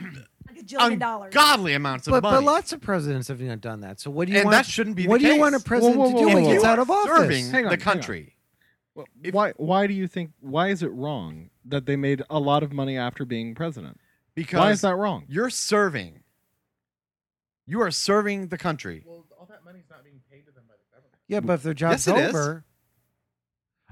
Speaker 1: Like a jillion dollars.
Speaker 5: ungodly amounts of
Speaker 3: But,
Speaker 5: money.
Speaker 3: but lots of presidents have not done that. So what do you
Speaker 5: And
Speaker 3: want?
Speaker 5: that shouldn't be the
Speaker 3: What do you
Speaker 5: case.
Speaker 3: want a president
Speaker 6: whoa,
Speaker 3: to do
Speaker 6: whoa,
Speaker 3: when he
Speaker 6: whoa.
Speaker 3: gets
Speaker 5: You
Speaker 3: out of
Speaker 5: are
Speaker 3: office?
Speaker 5: serving
Speaker 6: Hang on,
Speaker 5: the
Speaker 6: hang on.
Speaker 5: country.
Speaker 6: Well, why why do you think why is it wrong that they made a lot of money after being president?
Speaker 5: Because
Speaker 6: Why is that wrong?
Speaker 5: you're serving. You are serving the country.
Speaker 4: Well, all that money's not being paid to them by the government.
Speaker 3: Yeah, but if their job's
Speaker 5: Yes, it is.
Speaker 3: over,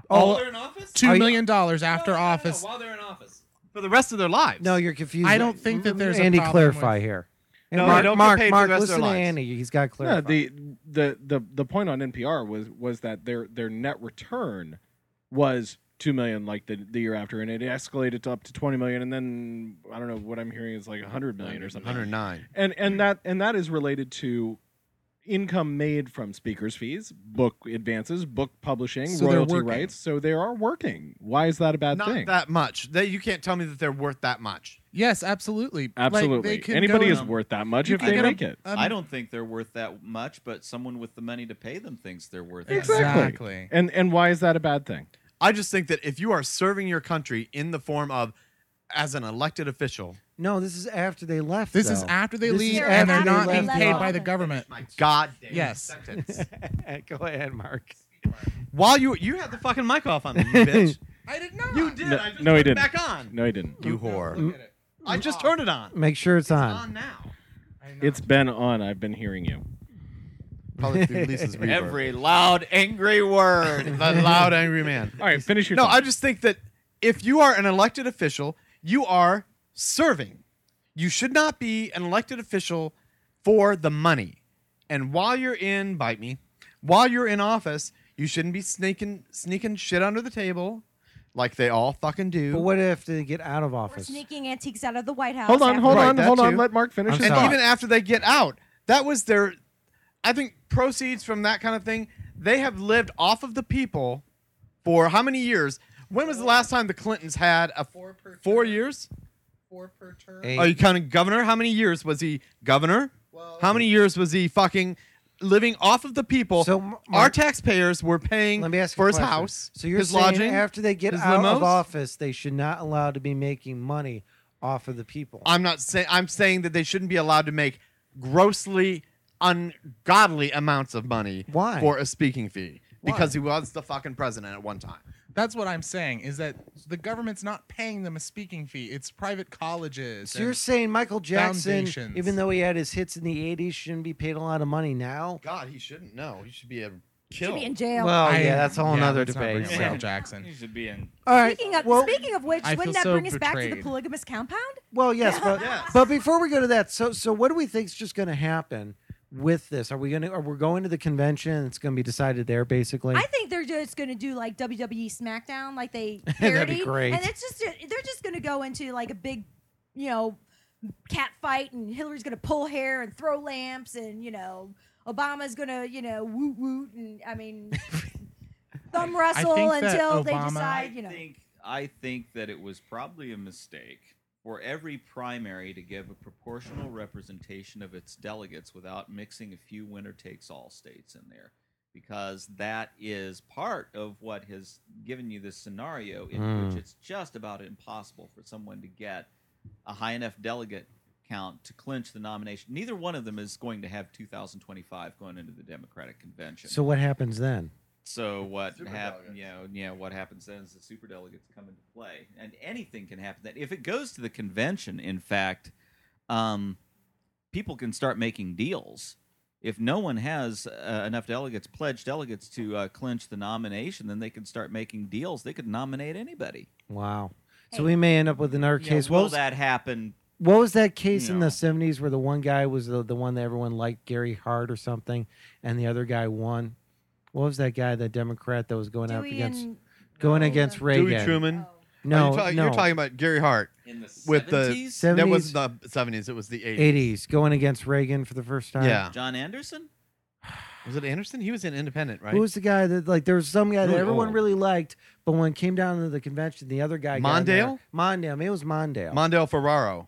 Speaker 3: Oh,
Speaker 4: All-
Speaker 2: they're in office.
Speaker 4: Two
Speaker 3: Are
Speaker 4: million
Speaker 3: you-
Speaker 4: dollars after
Speaker 2: No, no, no, no,
Speaker 4: office.
Speaker 2: While they're in office.
Speaker 5: For the rest of their lives.
Speaker 3: no, you're confused.
Speaker 4: I don't think that there's a
Speaker 3: Andy
Speaker 4: problem
Speaker 3: clarify
Speaker 4: with-
Speaker 3: here. And
Speaker 5: No, they
Speaker 3: Mark,
Speaker 5: don't get
Speaker 3: Mark,
Speaker 5: paid for the
Speaker 3: Mark
Speaker 5: rest of
Speaker 3: listen
Speaker 5: their
Speaker 3: to
Speaker 5: lives.
Speaker 3: Andy. He's got to clarify.
Speaker 6: Yeah, the, the the the point on NPR was was that their their net return was two million like the, the year after and it escalated to up to twenty million and then I don't know what I'm hearing is like hundred million or something.
Speaker 5: 109.
Speaker 6: and and that and that is related to income made from speakers fees book advances book publishing
Speaker 4: So they're
Speaker 6: royalty
Speaker 4: working.
Speaker 6: rights so they are working why is that a bad
Speaker 5: Not
Speaker 6: thing
Speaker 5: that much. That you can't tell me that they're worth that much.
Speaker 4: Yes, absolutely. Like, they
Speaker 6: absolutely
Speaker 4: can
Speaker 6: anybody
Speaker 4: go
Speaker 6: is
Speaker 4: and-
Speaker 6: worth that much
Speaker 4: you
Speaker 6: if
Speaker 4: can
Speaker 6: they
Speaker 4: get a-
Speaker 6: make it
Speaker 4: um,
Speaker 2: I don't think they're worth that much, but someone with the money to pay them thinks they're worth that.
Speaker 6: Exactly.
Speaker 4: Exactly.
Speaker 6: and and why is that a bad thing
Speaker 5: I just think that if you are serving your country in the form of as an elected official,
Speaker 3: no, this is after they left.
Speaker 4: This is
Speaker 3: though.
Speaker 4: after they
Speaker 3: This
Speaker 4: leave,
Speaker 3: is
Speaker 4: and they're
Speaker 3: after
Speaker 4: not
Speaker 3: they
Speaker 4: being
Speaker 3: left
Speaker 4: paid
Speaker 3: off.
Speaker 4: by *laughs* the government.
Speaker 5: my goddamn
Speaker 4: Yes.
Speaker 5: sentence.
Speaker 3: *laughs* Go ahead, Mark.
Speaker 5: *laughs* While you you had the fucking mic off on me, you
Speaker 6: *laughs*
Speaker 5: bitch.
Speaker 4: I did not.
Speaker 5: You did.
Speaker 6: No-
Speaker 5: I just
Speaker 6: no, he
Speaker 5: turned it
Speaker 6: didn't.
Speaker 5: Back on.
Speaker 6: no i didn't
Speaker 5: You whore. I just turned it on.
Speaker 3: Make sure it's
Speaker 5: On
Speaker 3: on.
Speaker 5: now.
Speaker 6: it's been on i've been hearing you
Speaker 5: Probably *laughs* releases
Speaker 7: Every loud, angry
Speaker 5: *laughs*
Speaker 7: word.
Speaker 5: the loud angry man.
Speaker 6: all right finish your
Speaker 5: No,
Speaker 6: thought.
Speaker 5: I just think that if you are an elected official, you are serving. You should not be an elected official for the money. And while you're in, bite me, while you're in office, you shouldn't be sneaking sneaking shit under the table like they all fucking do.
Speaker 3: But what if they get out of
Speaker 1: We're
Speaker 3: office?
Speaker 1: sneaking antiques out of the White House.
Speaker 6: hold on
Speaker 1: after-
Speaker 6: hold
Speaker 5: Right,
Speaker 6: on
Speaker 5: that
Speaker 6: hold on
Speaker 5: too.
Speaker 6: let mark finish
Speaker 3: I'm
Speaker 6: his
Speaker 5: and
Speaker 3: sorry.
Speaker 6: thought.
Speaker 5: even after they get out, that was their I think proceeds from that kind of thing, they have lived off of the people for how many years? When was the last time the Clintons had a
Speaker 4: Four per
Speaker 5: four
Speaker 4: term.
Speaker 5: years?
Speaker 4: Four per term.
Speaker 3: Hey,
Speaker 5: Are you counting governor? How many years was he governor?
Speaker 4: Well-
Speaker 5: How many years was he fucking living off of the people?
Speaker 3: So, M-
Speaker 5: our
Speaker 3: Mark-
Speaker 5: taxpayers were paying
Speaker 3: Let me ask you
Speaker 5: for
Speaker 3: a
Speaker 5: his
Speaker 3: question.
Speaker 5: house,
Speaker 3: So you're
Speaker 5: his
Speaker 3: saying
Speaker 5: lodging.
Speaker 3: after they get
Speaker 5: his
Speaker 3: out
Speaker 5: limos?
Speaker 3: of office, they should not allow to be making money off of the people.
Speaker 5: I'm not saying I'm saying that they shouldn't be allowed to make grossly ungodly amounts of money
Speaker 3: Why?
Speaker 5: for a speaking fee because he was the fucking president at one time.
Speaker 4: That's what I'm saying is that the government's not paying them a speaking fee. It's private colleges.
Speaker 3: so you're
Speaker 4: and-
Speaker 3: saying Michael Jackson,
Speaker 4: foundations.
Speaker 3: even though he had his hits in the '80s, shouldn't be paid a lot of money now?
Speaker 5: God, he shouldn't know. He should be a
Speaker 1: Should
Speaker 5: kill.
Speaker 1: be in jail.
Speaker 3: Well,
Speaker 4: I-
Speaker 3: oh, yeah, that's a whole
Speaker 4: yeah,
Speaker 3: other
Speaker 4: let's not bring
Speaker 3: debate.
Speaker 4: up
Speaker 3: so-
Speaker 4: Michael Jackson.
Speaker 2: You should be in.
Speaker 3: All right.
Speaker 1: Speaking of,
Speaker 3: well,
Speaker 1: speaking of which,
Speaker 4: I feel
Speaker 1: wouldn't that
Speaker 4: so
Speaker 1: bring us back to the
Speaker 4: betrayed.
Speaker 1: polygamous compound?
Speaker 3: Well, yes, but but before we go to that, so so what do we think is just going to happen with this? Are we going to are we going to the convention? and It's going to be decided there, basically.
Speaker 1: I think they're just going to do like WWE SmackDown, like they parody,
Speaker 3: That'd be great.
Speaker 1: and it's just they're just going to go into like a big, you know, cat fight, and Hillary's going to pull hair and throw lamps, and you know, Obama's going to you know woot woot, and I mean, thumb wrestle
Speaker 4: think that
Speaker 1: until they
Speaker 4: Obama-
Speaker 1: decide, you
Speaker 2: I
Speaker 1: know,
Speaker 2: think I think that it was probably a mistake for every primary to give a proportional representation of its delegates without mixing a few winner takes all states in there because that is part of what has given you this scenario in which it's just about impossible for someone to get a high enough delegate count to clinch the nomination. Neither one of them is going to have 2025 going into the Democratic convention.
Speaker 3: so what happens then?
Speaker 2: *laughs* So what happens?
Speaker 7: Superdelegates.
Speaker 2: You know, yeah. What happens then is the superdelegates come into play, and anything can happen. That if it goes to the convention, in fact, um, people can start making deals. If no one has uh, enough delegates, pledged delegates to uh, clinch the nomination, then they can start making deals. They could nominate anybody.
Speaker 3: Wow.
Speaker 1: Hey.
Speaker 3: So we may end up with another
Speaker 2: You know,
Speaker 3: case.
Speaker 2: will
Speaker 3: What was,
Speaker 2: that happen?
Speaker 3: what was that case in
Speaker 2: No.
Speaker 3: the seventies where the one guy was the, the one that everyone liked, Gary Hart or something, and the other guy won? What was that guy, that Democrat that was going up
Speaker 1: Dewey
Speaker 3: against
Speaker 1: and Oh,
Speaker 3: going
Speaker 1: no.
Speaker 3: against Reagan?
Speaker 5: Dewey Truman.
Speaker 1: Oh.
Speaker 3: No,
Speaker 5: Are you talking-
Speaker 3: no.
Speaker 5: You're talking about Gary Hart.
Speaker 2: In the
Speaker 5: With the
Speaker 2: 70s?
Speaker 5: That
Speaker 3: seventies,
Speaker 5: was the 70s. It was the 80s.
Speaker 3: eighties, going against Reagan for the first time.
Speaker 5: Yeah.
Speaker 2: John Anderson?
Speaker 5: Was it Anderson? He was an independent, right?
Speaker 3: Who was the guy that like there was some guy that
Speaker 5: Really
Speaker 3: everyone
Speaker 5: old.
Speaker 3: really liked, but when it came down to the convention, the other guy got in there.
Speaker 5: Mondale?
Speaker 3: Mondale, maybe it was Mondale.
Speaker 5: Mondale Ferraro.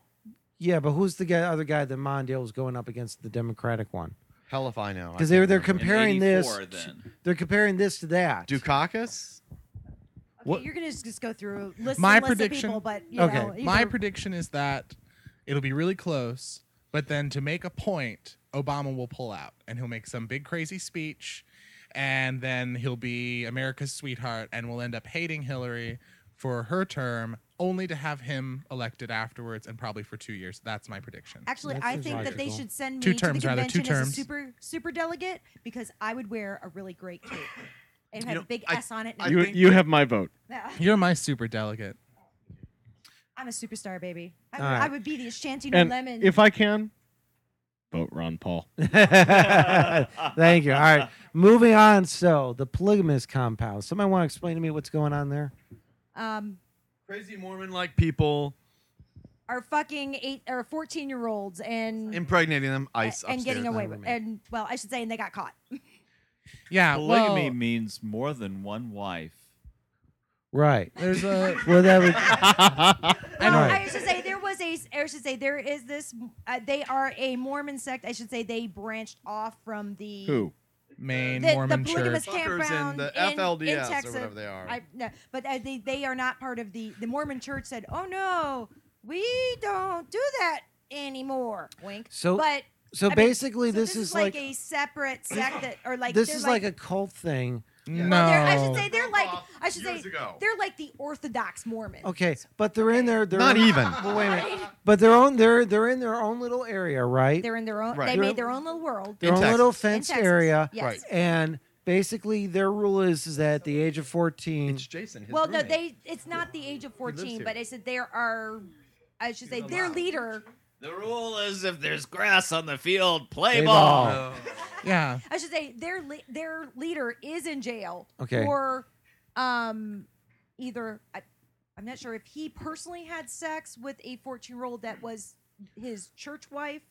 Speaker 3: yeah, but who's the guy, other guy that Mondale was going up against the Democratic one?
Speaker 5: Hell if I know. I
Speaker 3: Because they were they're
Speaker 5: can't remember.
Speaker 3: comparing
Speaker 2: in
Speaker 3: this.
Speaker 2: 84
Speaker 3: to-
Speaker 2: Then.
Speaker 3: They're comparing this to that.
Speaker 5: *laughs* Dukakis?
Speaker 1: Okay,
Speaker 5: What-
Speaker 1: you're gonna just just go through a list,
Speaker 4: My
Speaker 1: and list of
Speaker 4: prediction-
Speaker 1: people, but you
Speaker 3: Okay.
Speaker 1: know,
Speaker 4: My
Speaker 1: either-
Speaker 4: prediction is that it'll be really close, but then to make a point, Obama will pull out and he'll make some big crazy speech, and then he'll be America's sweetheart, and we'll end up hating Hillary for her term, only to have him elected afterwards, and probably for two years. That's my prediction.
Speaker 1: Actually,
Speaker 3: That
Speaker 1: I
Speaker 3: seems
Speaker 1: think that they
Speaker 3: logical.
Speaker 1: should send me to
Speaker 4: Two
Speaker 1: the
Speaker 4: terms, rather, two
Speaker 1: convention as a
Speaker 4: terms.
Speaker 1: super super delegate because I would wear a really great cape. It
Speaker 5: You
Speaker 1: had
Speaker 5: know,
Speaker 1: a big
Speaker 5: I-
Speaker 1: S on it.
Speaker 5: I
Speaker 1: And
Speaker 6: You,
Speaker 5: think-
Speaker 6: you have my vote.
Speaker 4: You're my super delegate.
Speaker 1: I'm a superstar, baby. I, would-
Speaker 3: All right.
Speaker 1: I would be the Ashanti
Speaker 6: And
Speaker 1: Lemon.
Speaker 6: if I can, vote Ron Paul.
Speaker 3: *laughs* Thank you. All right, moving on. So the polygamous compound. Somebody want to explain to me what's going on there?
Speaker 1: um,
Speaker 5: Crazy Mormon like people
Speaker 1: are fucking eight or 14 year olds and
Speaker 5: impregnating them. Ice
Speaker 1: and getting
Speaker 5: upstairs.
Speaker 1: away
Speaker 3: not
Speaker 1: with
Speaker 3: roommate.
Speaker 1: and well, I should say, and they got caught.
Speaker 4: Yeah,
Speaker 2: Polygamy
Speaker 4: well,
Speaker 2: means more than one wife.
Speaker 3: Right.
Speaker 1: *laughs*
Speaker 4: there's a
Speaker 3: Well, that would.
Speaker 1: Well,
Speaker 3: Right.
Speaker 1: I should say there was a. I should say there is this. Uh, they are a Mormon sect. I should say they branched off from the
Speaker 6: Who?
Speaker 4: main
Speaker 1: The- the
Speaker 4: Mormon
Speaker 1: polygamous
Speaker 4: church.
Speaker 5: Fuckers in
Speaker 1: campground
Speaker 5: the
Speaker 1: in- in
Speaker 5: FLDS or
Speaker 1: Texas.
Speaker 5: whatever they are.
Speaker 1: I, no, but uh, they, they are not part of the the Mormon Church. Said, oh no, we don't do that anymore. Wink.
Speaker 3: So-
Speaker 1: but
Speaker 3: So
Speaker 1: I mean,
Speaker 3: basically,
Speaker 1: so
Speaker 3: this, is like,
Speaker 1: a separate sect that, or like
Speaker 3: this
Speaker 1: they're
Speaker 3: is like, a cult thing.
Speaker 4: No,
Speaker 1: Well, they're- I should say they're like I should
Speaker 7: Years
Speaker 1: say
Speaker 7: ago.
Speaker 1: they're like the Orthodox Mormons.
Speaker 3: Okay, but they're in their. They're
Speaker 5: Not even.
Speaker 3: Well, wait a minute. *laughs* But they're on. They're they're in their own little area, right?
Speaker 1: They're in their own.
Speaker 5: Right.
Speaker 1: They made their own little world.
Speaker 3: their
Speaker 5: In
Speaker 3: own little
Speaker 1: In
Speaker 3: fenced
Speaker 1: Texas.
Speaker 3: area.
Speaker 1: Yes.
Speaker 5: Right.
Speaker 3: And basically, their rule is, is that at the age of fourteen,
Speaker 5: It's Jason. His
Speaker 1: Well, no,
Speaker 5: roommate.
Speaker 1: they. It's not the age of fourteen,
Speaker 5: here.
Speaker 1: but I said there are. I should say their leader.
Speaker 2: The rule is if there's grass on the field, play,
Speaker 3: Play
Speaker 2: ball.
Speaker 5: Oh.
Speaker 3: ball.
Speaker 4: yeah.
Speaker 1: I should say their le- their leader is in jail
Speaker 3: Okay.
Speaker 1: for, um, either I, I'm not sure if he personally had sex with a 14 year old that was his church wife.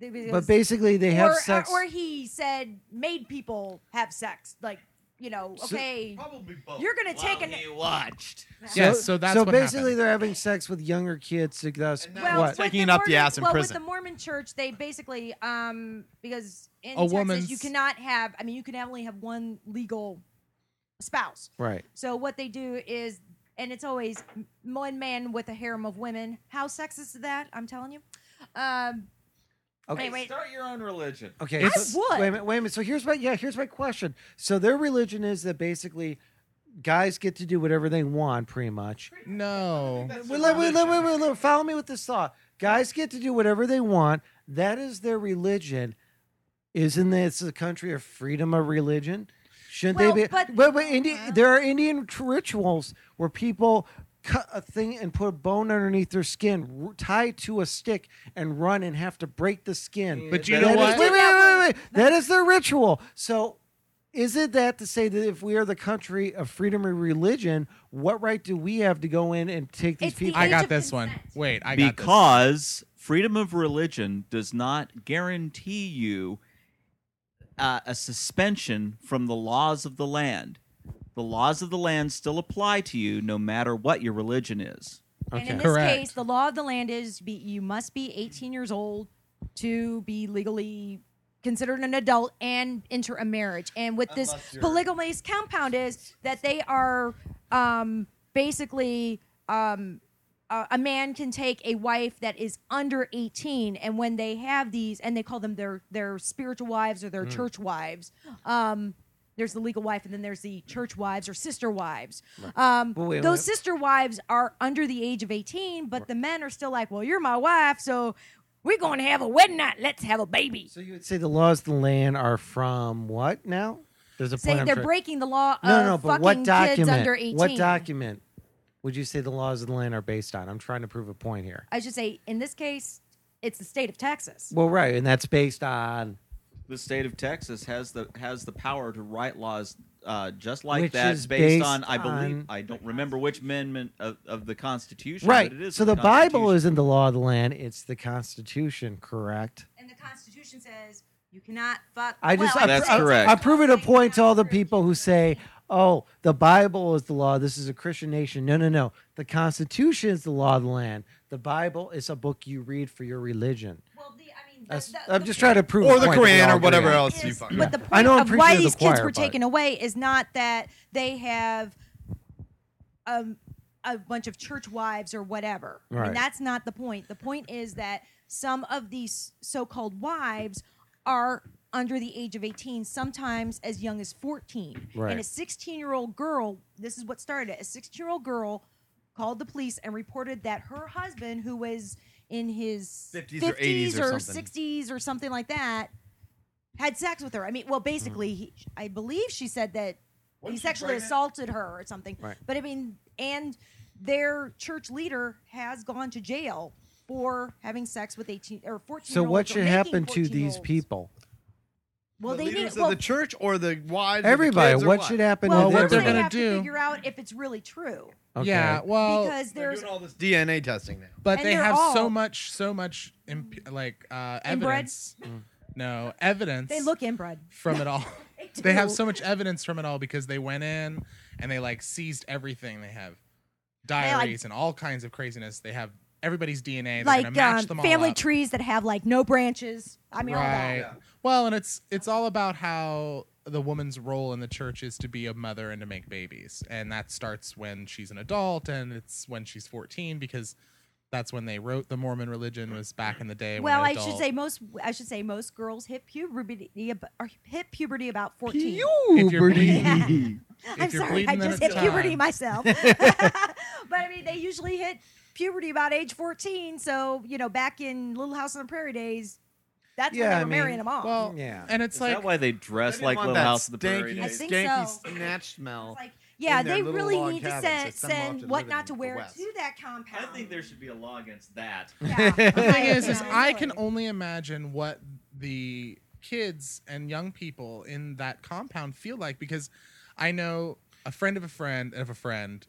Speaker 1: They- it
Speaker 3: but
Speaker 1: was-
Speaker 3: basically they have
Speaker 1: or,
Speaker 3: sex.
Speaker 1: or he said made people have sex, like you know,
Speaker 3: So-
Speaker 1: okay,
Speaker 7: Probably
Speaker 5: Oh,
Speaker 7: both.
Speaker 1: you're gonna take an.
Speaker 2: He watched.
Speaker 4: Yes, so that's
Speaker 3: so
Speaker 4: what
Speaker 3: basically
Speaker 4: happened.
Speaker 3: they're having sex with younger kids to thus
Speaker 7: And
Speaker 1: Well,
Speaker 3: what
Speaker 1: with
Speaker 5: Taking
Speaker 1: the
Speaker 5: it up the
Speaker 1: Mormon-
Speaker 5: ass in
Speaker 1: well,
Speaker 5: prison.
Speaker 1: With the Mormon Church, they basically, um, because in
Speaker 4: A
Speaker 1: Texas you
Speaker 4: woman's-
Speaker 1: cannot have. I mean, you can only have one legal spouse.
Speaker 3: right.
Speaker 1: So what they do is, and it's always m- one man with a harem of women. How sexist is that? I'm telling you. Um,
Speaker 3: Okay.
Speaker 1: Wait, wait.
Speaker 2: Start your own religion.
Speaker 3: Okay.
Speaker 4: I
Speaker 3: so-
Speaker 1: would.
Speaker 3: Wait a minute. Wait a minute. So here's my yeah. Here's my question. So their religion is that basically guys get to do whatever they want, pretty much.
Speaker 4: No.
Speaker 3: Wait, wait, wait, wait, wait, wait, wait. Follow me with this thought. Guys get to do whatever they want. That is their religion. Isn't this a country of freedom of religion? Shouldn't
Speaker 1: Well,
Speaker 3: they be?
Speaker 1: but-
Speaker 3: wait, wait, Indi- there are Indian tr- rituals where people cut a thing and put a bone underneath their skin, r- tie to a stick, and run and have to break the skin.
Speaker 4: But you
Speaker 3: That
Speaker 4: know
Speaker 3: is-
Speaker 4: what?
Speaker 3: Wait, wait, wait, wait, wait. That is their ritual. So is it that to say that if we are the country of freedom of religion, what right do we have to go in and take these
Speaker 1: It's the
Speaker 3: people?
Speaker 4: I
Speaker 1: Age
Speaker 4: got
Speaker 1: of
Speaker 4: this one.
Speaker 1: consent.
Speaker 4: Wait, I got this.
Speaker 2: because freedom of religion does not guarantee you uh, a suspension from the laws of the land. The laws of the land still apply to you no matter what your religion is.
Speaker 1: And in
Speaker 3: Okay.
Speaker 1: this
Speaker 4: Correct.
Speaker 1: case, the law of the land is be, you must be 18 years old to be legally considered an adult and enter a marriage. And with this polygamous compound is that they are um, basically um, a, a man can take a wife that is under 18, and when they have these, and they call them their their spiritual wives or their church wives. Um, there's the legal wife, and then there's the church wives or sister wives. Um,
Speaker 3: But wait,
Speaker 1: those
Speaker 3: wait.
Speaker 1: sister wives are under the age of 18, but the men are still like, well, you're my wife, so we're going to have a wedding night. Let's have a baby.
Speaker 3: So you would say the laws of the land are from what now? There's a point.
Speaker 1: Saying
Speaker 3: I'm
Speaker 1: they're
Speaker 3: trying-
Speaker 1: breaking the law of
Speaker 3: no, no, but
Speaker 1: fucking
Speaker 3: what
Speaker 1: kids
Speaker 3: document?
Speaker 1: under 18.
Speaker 3: What document would you say the laws of the land are based on? I'm trying to prove a point here.
Speaker 1: I should say, in this case, it's the state of Texas.
Speaker 3: Well, right, and that's based on
Speaker 2: The state of Texas has the has the power to write laws uh, just like
Speaker 3: Which
Speaker 2: that,
Speaker 3: is
Speaker 2: based,
Speaker 3: based
Speaker 2: on I believe
Speaker 3: on-
Speaker 2: I don't remember which amendment of, of the Constitution.
Speaker 3: right.
Speaker 2: But it is
Speaker 3: so
Speaker 2: in
Speaker 3: the Bible
Speaker 2: Constitution.
Speaker 3: isn't the law of the land; it's the Constitution, correct?
Speaker 1: And the Constitution says you cannot fuck.
Speaker 3: I just
Speaker 1: well,
Speaker 3: I,
Speaker 2: That's
Speaker 3: I,
Speaker 2: correct.
Speaker 3: I, prove it a point to all the people who say, "Oh, the Bible is the law. This is a Christian nation." No, no, no. The Constitution is the law of the land. The Bible is a book you read for your religion.
Speaker 1: Well, the, I mean, the-
Speaker 3: That's,
Speaker 1: the-
Speaker 3: I'm
Speaker 1: the
Speaker 3: just trying to prove. a
Speaker 5: Or the
Speaker 3: point that we
Speaker 5: Quran
Speaker 3: all
Speaker 5: or
Speaker 3: agree
Speaker 5: whatever
Speaker 3: on.
Speaker 5: else.
Speaker 1: is-
Speaker 5: you fuck.
Speaker 1: But the
Speaker 3: Yeah. I
Speaker 1: point
Speaker 3: know I'm
Speaker 1: of why
Speaker 3: preaching to the
Speaker 1: these kids
Speaker 3: choir,
Speaker 1: were
Speaker 3: but-
Speaker 1: taken away is not that they have um, a bunch of church wives or whatever. I
Speaker 3: Right.
Speaker 1: mean, that's not the point. The point is that some of these so-called wives are under the age of 18 sometimes as young as 14
Speaker 3: Right.
Speaker 1: and a 16 year old girl this is what started it a 16 year old girl called the police and reported that her husband who was in his
Speaker 5: 50s or 80s or something.
Speaker 1: 60s or something like that had sex with her. I mean, well, basically, he, I believe she said that he sexually assaulted her or something.
Speaker 3: Right.
Speaker 1: But I mean, and their church leader has gone to jail for having sex with 18 or 14
Speaker 3: So what should happen to these people?
Speaker 1: Well,
Speaker 5: the
Speaker 1: they
Speaker 5: leaders
Speaker 1: need
Speaker 5: of
Speaker 1: well,
Speaker 5: the church or the wives?
Speaker 3: Everybody,
Speaker 5: Or the kids or
Speaker 3: what, should happen
Speaker 1: well,
Speaker 3: to
Speaker 4: what
Speaker 1: what
Speaker 4: they're
Speaker 1: they're
Speaker 3: everybody?
Speaker 1: going to
Speaker 4: gonna do-
Speaker 1: figure out if it's really true
Speaker 3: Okay.
Speaker 4: Yeah, well,
Speaker 1: because
Speaker 5: They're
Speaker 1: there's
Speaker 5: doing all this DNA testing now.
Speaker 4: but
Speaker 1: and
Speaker 4: they
Speaker 1: they're
Speaker 4: have so
Speaker 1: all-
Speaker 4: much, so much, imp- like uh,
Speaker 1: Inbred?
Speaker 4: evidence. No evidence.
Speaker 1: they look inbred.
Speaker 4: from
Speaker 1: *laughs*
Speaker 4: it all. they have
Speaker 1: do.
Speaker 4: so much evidence from it all because they went in and they like seized everything. They have
Speaker 1: like-
Speaker 4: diaries and all kinds of craziness. They have everybody's DNA. They're gonna
Speaker 1: Like
Speaker 4: match
Speaker 1: um,
Speaker 4: them all
Speaker 1: family
Speaker 4: up.
Speaker 1: trees that have like no branches. I mean, all that.
Speaker 4: right. Well, and it's it's all about how the woman's role in the church is to be a mother and to make babies, and that starts when she's an adult, and it's when she's fourteen because that's when they wrote the Mormon religion was back in the day. when
Speaker 1: Well,
Speaker 4: an
Speaker 1: I should
Speaker 4: adult-
Speaker 1: say most. I should say most girls hit puberty ab- or hit puberty about fourteen.
Speaker 4: if you're
Speaker 1: Yeah.
Speaker 4: bleeding,
Speaker 1: I'm
Speaker 4: if you're
Speaker 1: sorry,
Speaker 4: bleeding,
Speaker 1: I
Speaker 4: then
Speaker 1: just
Speaker 4: it's
Speaker 1: hit puberty
Speaker 4: time.
Speaker 1: myself. *laughs* but I mean, they usually hit puberty about age fourteen. So you know, back in Little House on the Prairie days, that's
Speaker 3: Yeah,
Speaker 1: when they
Speaker 3: I
Speaker 1: were
Speaker 3: mean,
Speaker 1: marrying them off.
Speaker 4: well,
Speaker 3: Yeah.
Speaker 4: and it's
Speaker 2: Is
Speaker 4: like
Speaker 2: that why they dress like Little House of the Prairie?
Speaker 1: I
Speaker 2: days?
Speaker 1: think
Speaker 5: stinky
Speaker 1: so.
Speaker 5: snatch smell.
Speaker 1: It's like, yeah,
Speaker 5: in their
Speaker 1: they
Speaker 5: little
Speaker 1: really
Speaker 5: log
Speaker 1: need to
Speaker 5: cabins
Speaker 1: send,
Speaker 5: that some off to
Speaker 1: send
Speaker 5: live
Speaker 1: what
Speaker 5: in
Speaker 1: not to
Speaker 5: the
Speaker 1: wear
Speaker 5: West.
Speaker 1: to that compound.
Speaker 2: I
Speaker 6: Um,
Speaker 2: think there should be a law against that.
Speaker 1: Yeah.
Speaker 4: *laughs* the thing
Speaker 1: *laughs*
Speaker 4: is, is
Speaker 1: Yeah,
Speaker 4: I can
Speaker 1: totally.
Speaker 4: only imagine what the kids and young people in that compound feel like because I know a friend of a friend of a friend.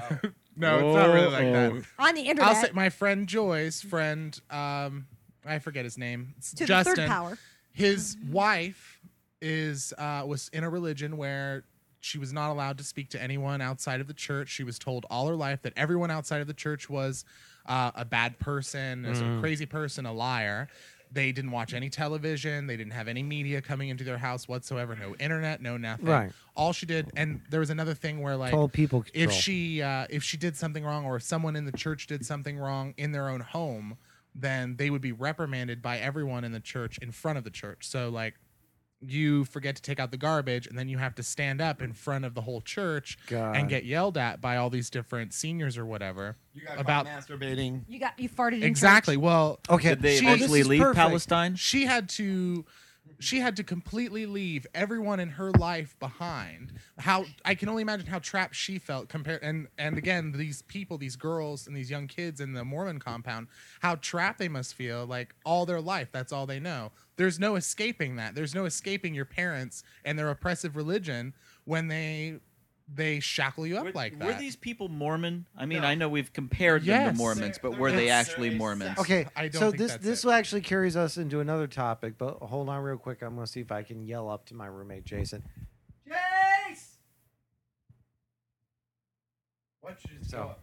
Speaker 2: Oh.
Speaker 4: *laughs* no, it's not really like
Speaker 6: Oh,
Speaker 4: that.
Speaker 1: on the internet
Speaker 4: I'll say my friend Joy's friend. Um, I forget his name. It's
Speaker 1: to
Speaker 4: Justin.
Speaker 1: the third power. Mm-hmm.
Speaker 4: His wife is uh, was in a religion where she was not allowed to speak to anyone outside of the church. She was told all her life that everyone outside of the church was uh, a bad person, was a crazy person, a liar. They didn't watch any television. They didn't have any media coming into their house whatsoever. No internet, no nothing.
Speaker 3: Right.
Speaker 4: All she did, and there was another thing where like
Speaker 3: Total people control.
Speaker 4: if she uh, if she did something wrong or if someone in the church did something wrong in their own home then they would be reprimanded by everyone in the church in front of the church so like you forget to take out the garbage and then you have to stand up in front of the whole church
Speaker 3: God.
Speaker 4: and get yelled at by all these different seniors or whatever about
Speaker 5: masturbating.
Speaker 1: You got you farted. in
Speaker 4: exactly well
Speaker 3: okay,
Speaker 2: Did they
Speaker 4: She- this
Speaker 2: eventually
Speaker 4: is
Speaker 2: leave
Speaker 4: perfect.
Speaker 2: Palestine?
Speaker 4: she had to she had to completely leave everyone in her life behind how i can only imagine how trapped she felt compared and and again these people these girls and these young kids in the mormon compound how trapped they must feel like all their life that's all they know there's no escaping that there's no escaping your parents and their oppressive religion when they they shackle you up
Speaker 2: Were,
Speaker 4: like that
Speaker 2: were these people Mormon? I mean, I know we've compared them
Speaker 4: Yes.
Speaker 2: to Mormons, but were they actually Mormons?
Speaker 3: Okay,
Speaker 4: *laughs* I don't
Speaker 3: so
Speaker 4: think
Speaker 3: this
Speaker 4: that's
Speaker 3: this
Speaker 4: it.
Speaker 3: will actually carries us into another topic, but hold on real quick. I'm gonna see if I can yell up to my roommate Jason.
Speaker 5: What should
Speaker 3: So-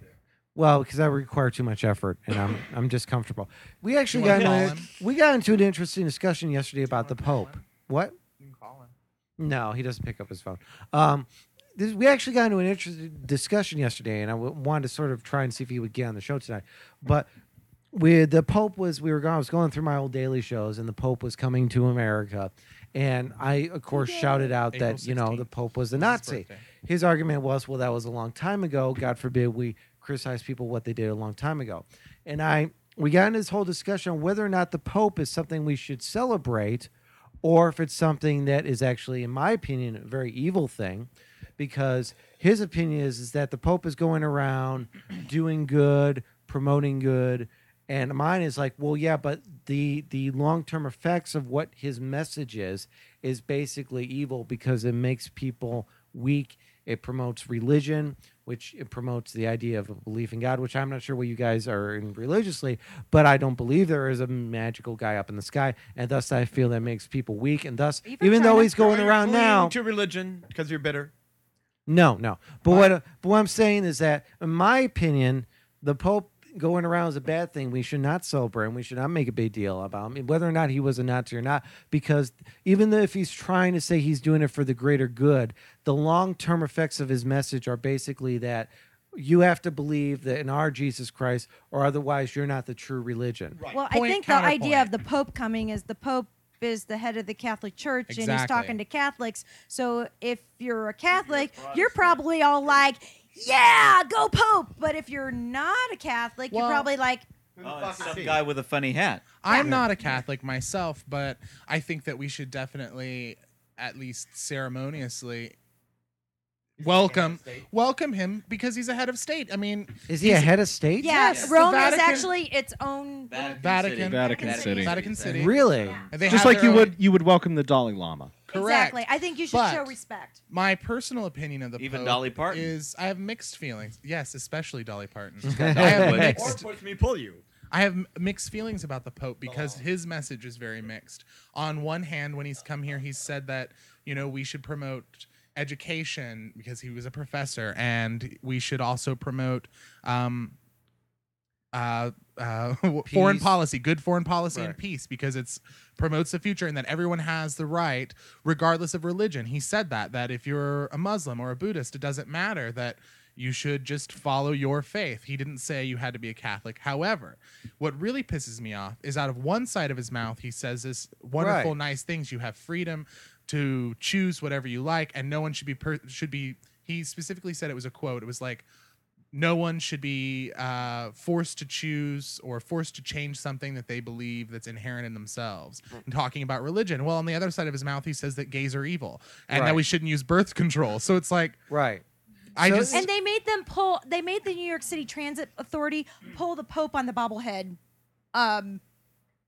Speaker 3: Well, because that would require too much effort, and
Speaker 4: *laughs*
Speaker 3: I'm I'm just comfortable. We actually
Speaker 4: You wanna
Speaker 3: got
Speaker 4: call
Speaker 3: into,
Speaker 4: him?
Speaker 3: we got into an interesting discussion yesterday about the
Speaker 4: wanna call
Speaker 3: Pope.
Speaker 4: him?
Speaker 3: What?
Speaker 4: you can call him
Speaker 3: No, he doesn't pick up his phone. Um, this, we actually got into an interesting discussion yesterday, and I w- wanted to sort of try and see if he would get on the show tonight. But with the Pope was we were going, I was going through my old daily shows, and the Pope was coming to America, And I, of course, shouted out
Speaker 4: April
Speaker 3: that, you know,
Speaker 4: 16th
Speaker 3: the Pope was the
Speaker 4: was his
Speaker 3: Nazi.
Speaker 4: birthday.
Speaker 3: His argument was, well, that was a long time ago. God forbid we criticize people what they did a long time ago. And I, we got into this whole discussion on whether or not the Pope is something we should celebrate or if it's something that is actually, in my opinion, a very evil thing, because his opinion is, is that the Pope is going around doing good, promoting good, and mine is like, well, yeah, but the the long term effects of what his message is is basically evil because it makes people weak. It promotes religion, which it promotes the idea of a belief in God, which I'm not sure what you guys are in religiously, but I don't believe there is a magical guy up in the sky, and thus I feel that makes people weak, and thus
Speaker 1: Even
Speaker 3: even though
Speaker 1: trying
Speaker 3: he's
Speaker 1: to
Speaker 3: going
Speaker 5: Are you
Speaker 3: around
Speaker 5: clinging
Speaker 3: now,
Speaker 5: to religion because you're bitter.
Speaker 3: no, no. But what, but what I'm saying is that, in my opinion, the Pope going around is a bad thing. We should not celebrate him. We should not make a big deal about him, whether or not he was a Nazi or not, because even though if he's trying to say he's doing it for the greater good, the long term effects of his message are basically that you have to believe that in our Jesus Christ, or otherwise you're not the true religion.
Speaker 1: Well, I
Speaker 4: Point,
Speaker 1: think the idea
Speaker 4: counterpoint.
Speaker 1: of the Pope coming is the Pope is the head of the Catholic Church and he's
Speaker 4: Exactly.
Speaker 1: talking to Catholics. So if you're a Catholic, you're probably all like, yeah, go Pope. But if you're not a Catholic,
Speaker 4: Well-
Speaker 1: you're probably like,
Speaker 2: Oh, it's some guy with a funny hat.
Speaker 4: I'm not a Catholic myself, but I think that we should definitely, at least ceremoniously, welcome welcome him because he's a head of state. I mean,
Speaker 3: Is he a head of state?
Speaker 1: yeah,
Speaker 4: Yes, the
Speaker 1: Rome is
Speaker 4: Vatican-
Speaker 1: actually its own.
Speaker 4: Vatican-
Speaker 2: City.
Speaker 6: Vatican City.
Speaker 4: Vatican City.
Speaker 3: Really?
Speaker 4: they
Speaker 6: Just
Speaker 4: have
Speaker 6: like
Speaker 4: their
Speaker 6: you
Speaker 4: own-
Speaker 6: would you would welcome the Dalai Lama.
Speaker 4: Correct.
Speaker 1: Exactly. I think you should
Speaker 4: But-
Speaker 1: show respect.
Speaker 4: My personal opinion of the
Speaker 2: Even
Speaker 4: Pope
Speaker 2: Dolly Parton.
Speaker 4: is I have mixed feelings. Yes, especially Dolly
Speaker 6: *laughs*
Speaker 4: Parton. I
Speaker 2: Dolly
Speaker 4: have
Speaker 2: Wood.
Speaker 4: mixed
Speaker 7: push me, pull you.
Speaker 4: I have m- mixed feelings about the Pope because his message is very mixed. On one hand, when he's come here, he's said that, you know, we should promote education because he was a professor and we should also promote um, uh, uh, *laughs* foreign
Speaker 3: Peace.
Speaker 4: policy, good foreign policy and peace because it's promotes the future and that everyone has the right, regardless of religion. He said that, that if you're a Muslim or a Buddhist, it doesn't matter that you should just follow your faith. He didn't say you had to be a Catholic. However, what really pisses me off is out of one side of his mouth, he says this wonderful,
Speaker 3: Right.
Speaker 4: nice things. You have freedom to choose whatever you like, and no one should be per- should be. He specifically said it was a quote. It was like, no one should be uh, forced to choose or forced to change something that they believe that's inherent in themselves.
Speaker 5: Mm.
Speaker 4: And talking about religion, well, on the other side of his mouth, he says that gays are evil and
Speaker 3: Right.
Speaker 4: that we shouldn't use birth control. So it's like
Speaker 3: Right.
Speaker 4: I
Speaker 3: So-
Speaker 4: just
Speaker 1: And they made them pull. They made the New York City Transit Authority pull the Pope on the bobblehead um,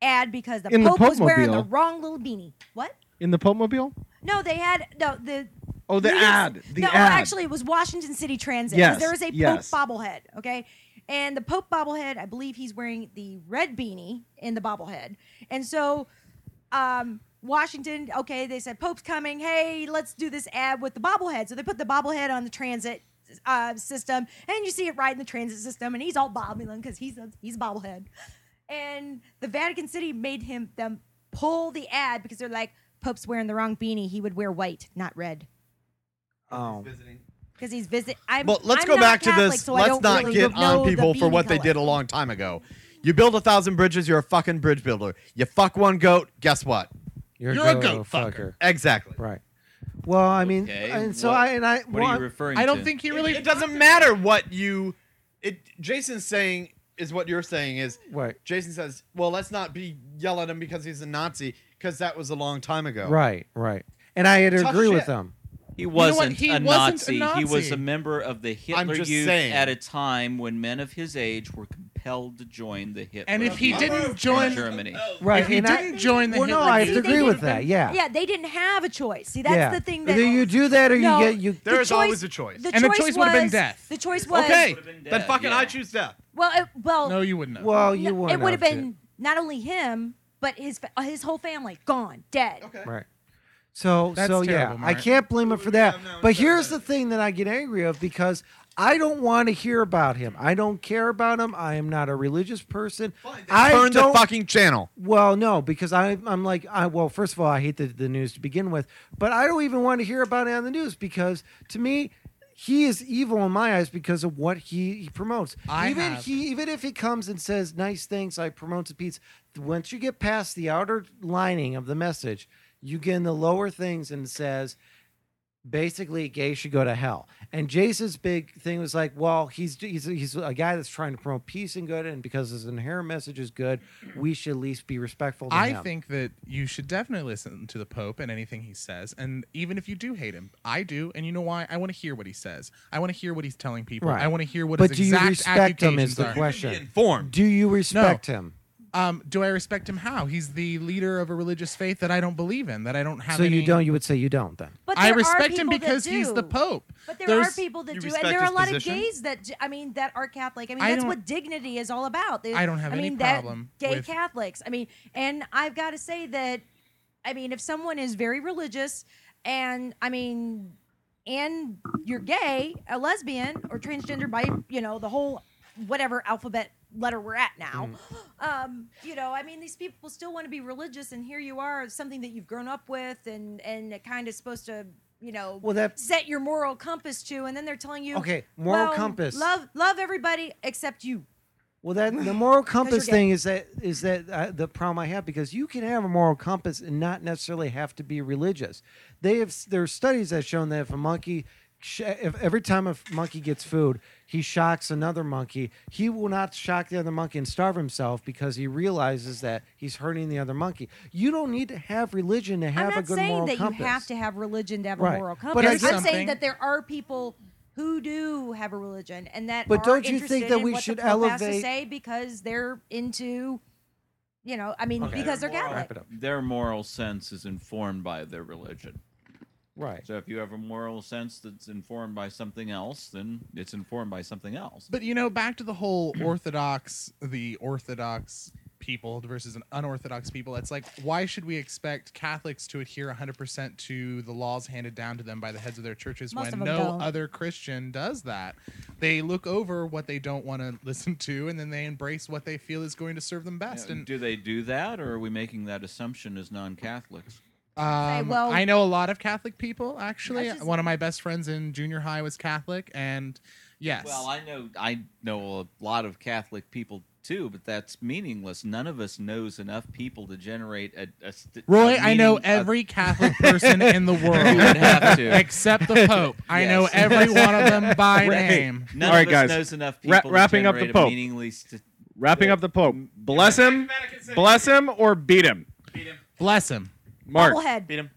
Speaker 1: ad because the
Speaker 6: In the
Speaker 1: Pope was wearing the
Speaker 6: Popemobile.
Speaker 1: wrong little beanie. What?
Speaker 6: In the Pope Mobile?
Speaker 1: No, they had no the.
Speaker 6: Oh, the
Speaker 1: New York-
Speaker 6: ad. The
Speaker 1: no,
Speaker 6: ad.
Speaker 1: well, actually, it was Washington City Transit. 'cause
Speaker 6: Yes,
Speaker 1: there was a Pope
Speaker 6: yes.
Speaker 1: bobblehead. Okay, and the Pope bobblehead, I believe he's wearing the red beanie in the bobblehead, and so. Um, Washington, okay, they said Pope's coming. Hey, let's do this ad with the bobblehead. So they put the bobblehead on the transit uh, system, and you see it right in the transit system, and he's all bobbling because he's a, he's a bobblehead and the Vatican City made him them pull the ad because they're like Pope's wearing the wrong beanie. He would wear white, not red,
Speaker 3: Oh.
Speaker 1: because he's visit. I'm,
Speaker 5: Well, let's
Speaker 1: I'm
Speaker 5: go
Speaker 1: not
Speaker 5: back to
Speaker 1: Catholic,
Speaker 5: this.
Speaker 1: so I
Speaker 5: let's
Speaker 1: don't
Speaker 5: not
Speaker 1: really
Speaker 5: get
Speaker 1: know
Speaker 5: on
Speaker 1: the
Speaker 5: people for
Speaker 1: beanie
Speaker 5: what they
Speaker 1: color.
Speaker 5: did a long time ago. You build a thousand bridges, you're a fucking bridge builder. You fuck one goat, guess what?
Speaker 3: You're,
Speaker 4: You're a
Speaker 3: go-
Speaker 4: goat fucker.
Speaker 5: Exactly.
Speaker 3: Right. Well, I mean,
Speaker 2: Okay,
Speaker 3: and so
Speaker 2: what-
Speaker 3: I and I.
Speaker 2: What
Speaker 3: well,
Speaker 2: are
Speaker 3: I'm-
Speaker 2: you referring to?
Speaker 4: I don't think he
Speaker 5: It
Speaker 4: really.
Speaker 5: really it doesn't matter what you it Jason's saying is what you're saying is
Speaker 3: Right.
Speaker 5: Jason says, "Well, let's not be yell at him because he's a Nazi because that was a long time ago."
Speaker 3: Right. Right. And I had to
Speaker 5: Tough
Speaker 3: agree with
Speaker 5: shit.
Speaker 3: them.
Speaker 2: He
Speaker 4: what?
Speaker 2: wasn't,
Speaker 4: He
Speaker 2: a,
Speaker 4: wasn't a
Speaker 2: Nazi. He was
Speaker 4: Nazi.
Speaker 2: a member of the
Speaker 5: I'm
Speaker 2: Hitler
Speaker 5: just
Speaker 2: Youth
Speaker 5: saying.
Speaker 2: at a time when men of his age were compelled to join the Hitler
Speaker 4: And if he
Speaker 2: Youth
Speaker 4: didn't
Speaker 2: in
Speaker 4: join,
Speaker 2: Germany.
Speaker 6: Oh.
Speaker 3: Right.
Speaker 4: if he
Speaker 3: and I-
Speaker 4: didn't join the
Speaker 3: well, no,
Speaker 4: Hitler
Speaker 3: I
Speaker 1: See,
Speaker 3: have
Speaker 4: Youth-
Speaker 3: to
Speaker 1: they
Speaker 3: agree with
Speaker 1: didn't-
Speaker 3: that. Yeah.
Speaker 1: yeah, they didn't have a choice. See, that's
Speaker 3: yeah.
Speaker 1: the thing that
Speaker 3: Either you do that or you
Speaker 1: No.
Speaker 3: get you.
Speaker 5: There
Speaker 1: the
Speaker 5: is
Speaker 1: choice-
Speaker 5: always a choice.
Speaker 1: The
Speaker 4: And the
Speaker 1: choice
Speaker 4: choice would've been
Speaker 1: was-
Speaker 2: death.
Speaker 1: The choice was
Speaker 5: okay.
Speaker 2: Would've been
Speaker 5: Then
Speaker 2: dead,
Speaker 5: fucking
Speaker 2: yeah.
Speaker 5: I choose death.
Speaker 1: Well, it, well,
Speaker 4: no, you wouldn't. Have.
Speaker 3: Well,
Speaker 1: no,
Speaker 3: you wouldn't
Speaker 1: it would have
Speaker 3: to.
Speaker 1: been not only him, but his fa- uh, his whole family gone, dead.
Speaker 5: Okay.
Speaker 3: Right. So
Speaker 4: That's
Speaker 3: so
Speaker 4: terrible,
Speaker 3: yeah, I
Speaker 4: Mark.
Speaker 3: can't blame him for that.
Speaker 5: have now is
Speaker 3: But
Speaker 5: that
Speaker 3: here's the thing that I get angry of because I don't want to hear about him. I don't care about him. I am not a religious person. I
Speaker 5: Turn the
Speaker 3: don't
Speaker 5: fucking channel.
Speaker 3: Well, no, because I, I'm like, I, well, first of all, I hate the, the news to begin with, but I don't even want to hear about it on the news because to me, he is evil in my eyes because of what he, he promotes.
Speaker 4: I
Speaker 3: even
Speaker 4: have-
Speaker 3: he, even if he comes and says nice things, I promote to peace. Once you get past the outer lining of the message, you get in the lower things and it says basically gays should go to hell. And Jason's big thing was like, well, he's he's he's a guy that's trying to promote peace and good, and because his inherent message is good, we should at least be respectful. To
Speaker 4: I
Speaker 3: him.
Speaker 4: think that you should definitely listen to the Pope and anything he says. And even if you do hate him, I do. And you know why? I want to hear what he says. I want to hear what he's telling people.
Speaker 3: Right.
Speaker 4: I want to hear what
Speaker 3: but
Speaker 4: his
Speaker 3: do you
Speaker 4: exact
Speaker 3: respect him?
Speaker 4: accusations
Speaker 3: Is the
Speaker 4: are.
Speaker 3: question?
Speaker 5: Informed.
Speaker 3: Do you respect him?
Speaker 4: Um, do I respect him? How? He's the leader of a religious faith that I don't believe in, that I don't have
Speaker 3: So
Speaker 4: any...
Speaker 3: you don't. You would say you don't then.
Speaker 1: But
Speaker 4: I
Speaker 1: there are
Speaker 4: respect him
Speaker 1: people that
Speaker 4: because he's the
Speaker 1: do.
Speaker 4: Pope.
Speaker 1: But there
Speaker 4: There's-
Speaker 1: are people that
Speaker 5: you
Speaker 1: do, and
Speaker 5: respect
Speaker 1: there are a
Speaker 5: his
Speaker 1: lot
Speaker 5: position?
Speaker 1: of gays that j- I mean that are Catholic. I mean
Speaker 4: I
Speaker 1: that's
Speaker 4: don't-
Speaker 1: what dignity is all about. They-
Speaker 4: I don't have
Speaker 1: I
Speaker 4: any
Speaker 1: mean, that-
Speaker 4: problem
Speaker 1: Gay
Speaker 4: with-
Speaker 1: Catholics. I mean, and I've got to say that, I mean, if someone is very religious, and I mean, and you're gay, a lesbian, or transgender, by you know the whole whatever alphabet letter we're at now, *gasps*
Speaker 3: Mm.
Speaker 1: um, you know, I mean, these people still want to be religious, and here you are, something that you've grown up with, and and it kind of supposed to. You know,
Speaker 3: Well, that-
Speaker 1: set your moral compass to, and then they're telling you,
Speaker 3: Okay, moral
Speaker 1: well,
Speaker 3: compass.
Speaker 1: Love, love everybody except you.
Speaker 3: Well, that the moral
Speaker 1: you're
Speaker 3: compass
Speaker 1: gay.
Speaker 3: thing is that is that uh, the problem I have because you can have a moral compass and not necessarily have to be religious. They have there are studies that have shown that if a monkey, sh- if every time a monkey gets food, he shocks another monkey, he will not shock the other monkey and starve himself because he realizes that he's hurting the other monkey. You don't need to have religion to have
Speaker 1: I'm
Speaker 3: a
Speaker 1: not
Speaker 3: good
Speaker 1: saying
Speaker 3: moral
Speaker 1: that
Speaker 3: compass.
Speaker 1: you have to have religion to have
Speaker 3: Right.
Speaker 1: a moral
Speaker 3: But
Speaker 1: compass. I'm
Speaker 3: I
Speaker 4: guess-
Speaker 1: saying that
Speaker 4: Something-
Speaker 1: there are people who do have a religion and that
Speaker 3: But
Speaker 1: are
Speaker 3: don't you
Speaker 1: interested
Speaker 3: think that
Speaker 1: in
Speaker 3: we
Speaker 1: what the
Speaker 3: should
Speaker 1: Pope has to
Speaker 3: elevate-
Speaker 1: say because they're into you know, I mean,
Speaker 3: Okay.
Speaker 1: because they're
Speaker 2: Moral.
Speaker 1: Catholic.
Speaker 3: Wrap it up.
Speaker 2: Their moral sense is informed by their religion.
Speaker 3: Right.
Speaker 2: So if you have a moral sense that's informed by something else, then it's informed by something else.
Speaker 4: But you know, back to the whole orthodox, the orthodox people versus an unorthodox people. It's like, why should we expect Catholics to adhere 100% to the laws handed down to them by the heads of their churches
Speaker 1: Most
Speaker 4: when
Speaker 1: of 'em
Speaker 4: no
Speaker 1: don't.
Speaker 4: other Christian does that? They look over what they don't want to listen to, and then they embrace what they feel is going to serve them best.
Speaker 2: Yeah,
Speaker 4: And
Speaker 2: do they do that, or are we making that assumption as non-Catholics?
Speaker 4: Um,
Speaker 1: well-
Speaker 4: I know a lot of Catholic people. Actually,
Speaker 1: I just-
Speaker 4: one of my best friends in junior high was Catholic, and yes,
Speaker 2: Well, I know I know a lot of Catholic people too, but that's meaningless. None of us knows enough people to generate a. a st-
Speaker 4: Roy,
Speaker 2: a
Speaker 4: I know
Speaker 2: meaning- a- *laughs*
Speaker 4: every Catholic person in the
Speaker 2: uh, You would
Speaker 4: world
Speaker 2: have to.
Speaker 4: except the Pope. I know
Speaker 2: Yes.
Speaker 4: every one of them
Speaker 2: *laughs*
Speaker 4: by name.
Speaker 2: None
Speaker 6: All right,
Speaker 2: of us
Speaker 6: guys.
Speaker 2: knows enough
Speaker 6: Ra-
Speaker 2: people
Speaker 6: wrapping
Speaker 2: to
Speaker 6: up
Speaker 2: generate
Speaker 6: the Pope.
Speaker 2: a meaningly st-
Speaker 6: Wrapping up the Pope. Bless him, bless him, or beat him.
Speaker 4: Bless him.
Speaker 6: Mark,
Speaker 1: Bobblehead.
Speaker 7: Beat him.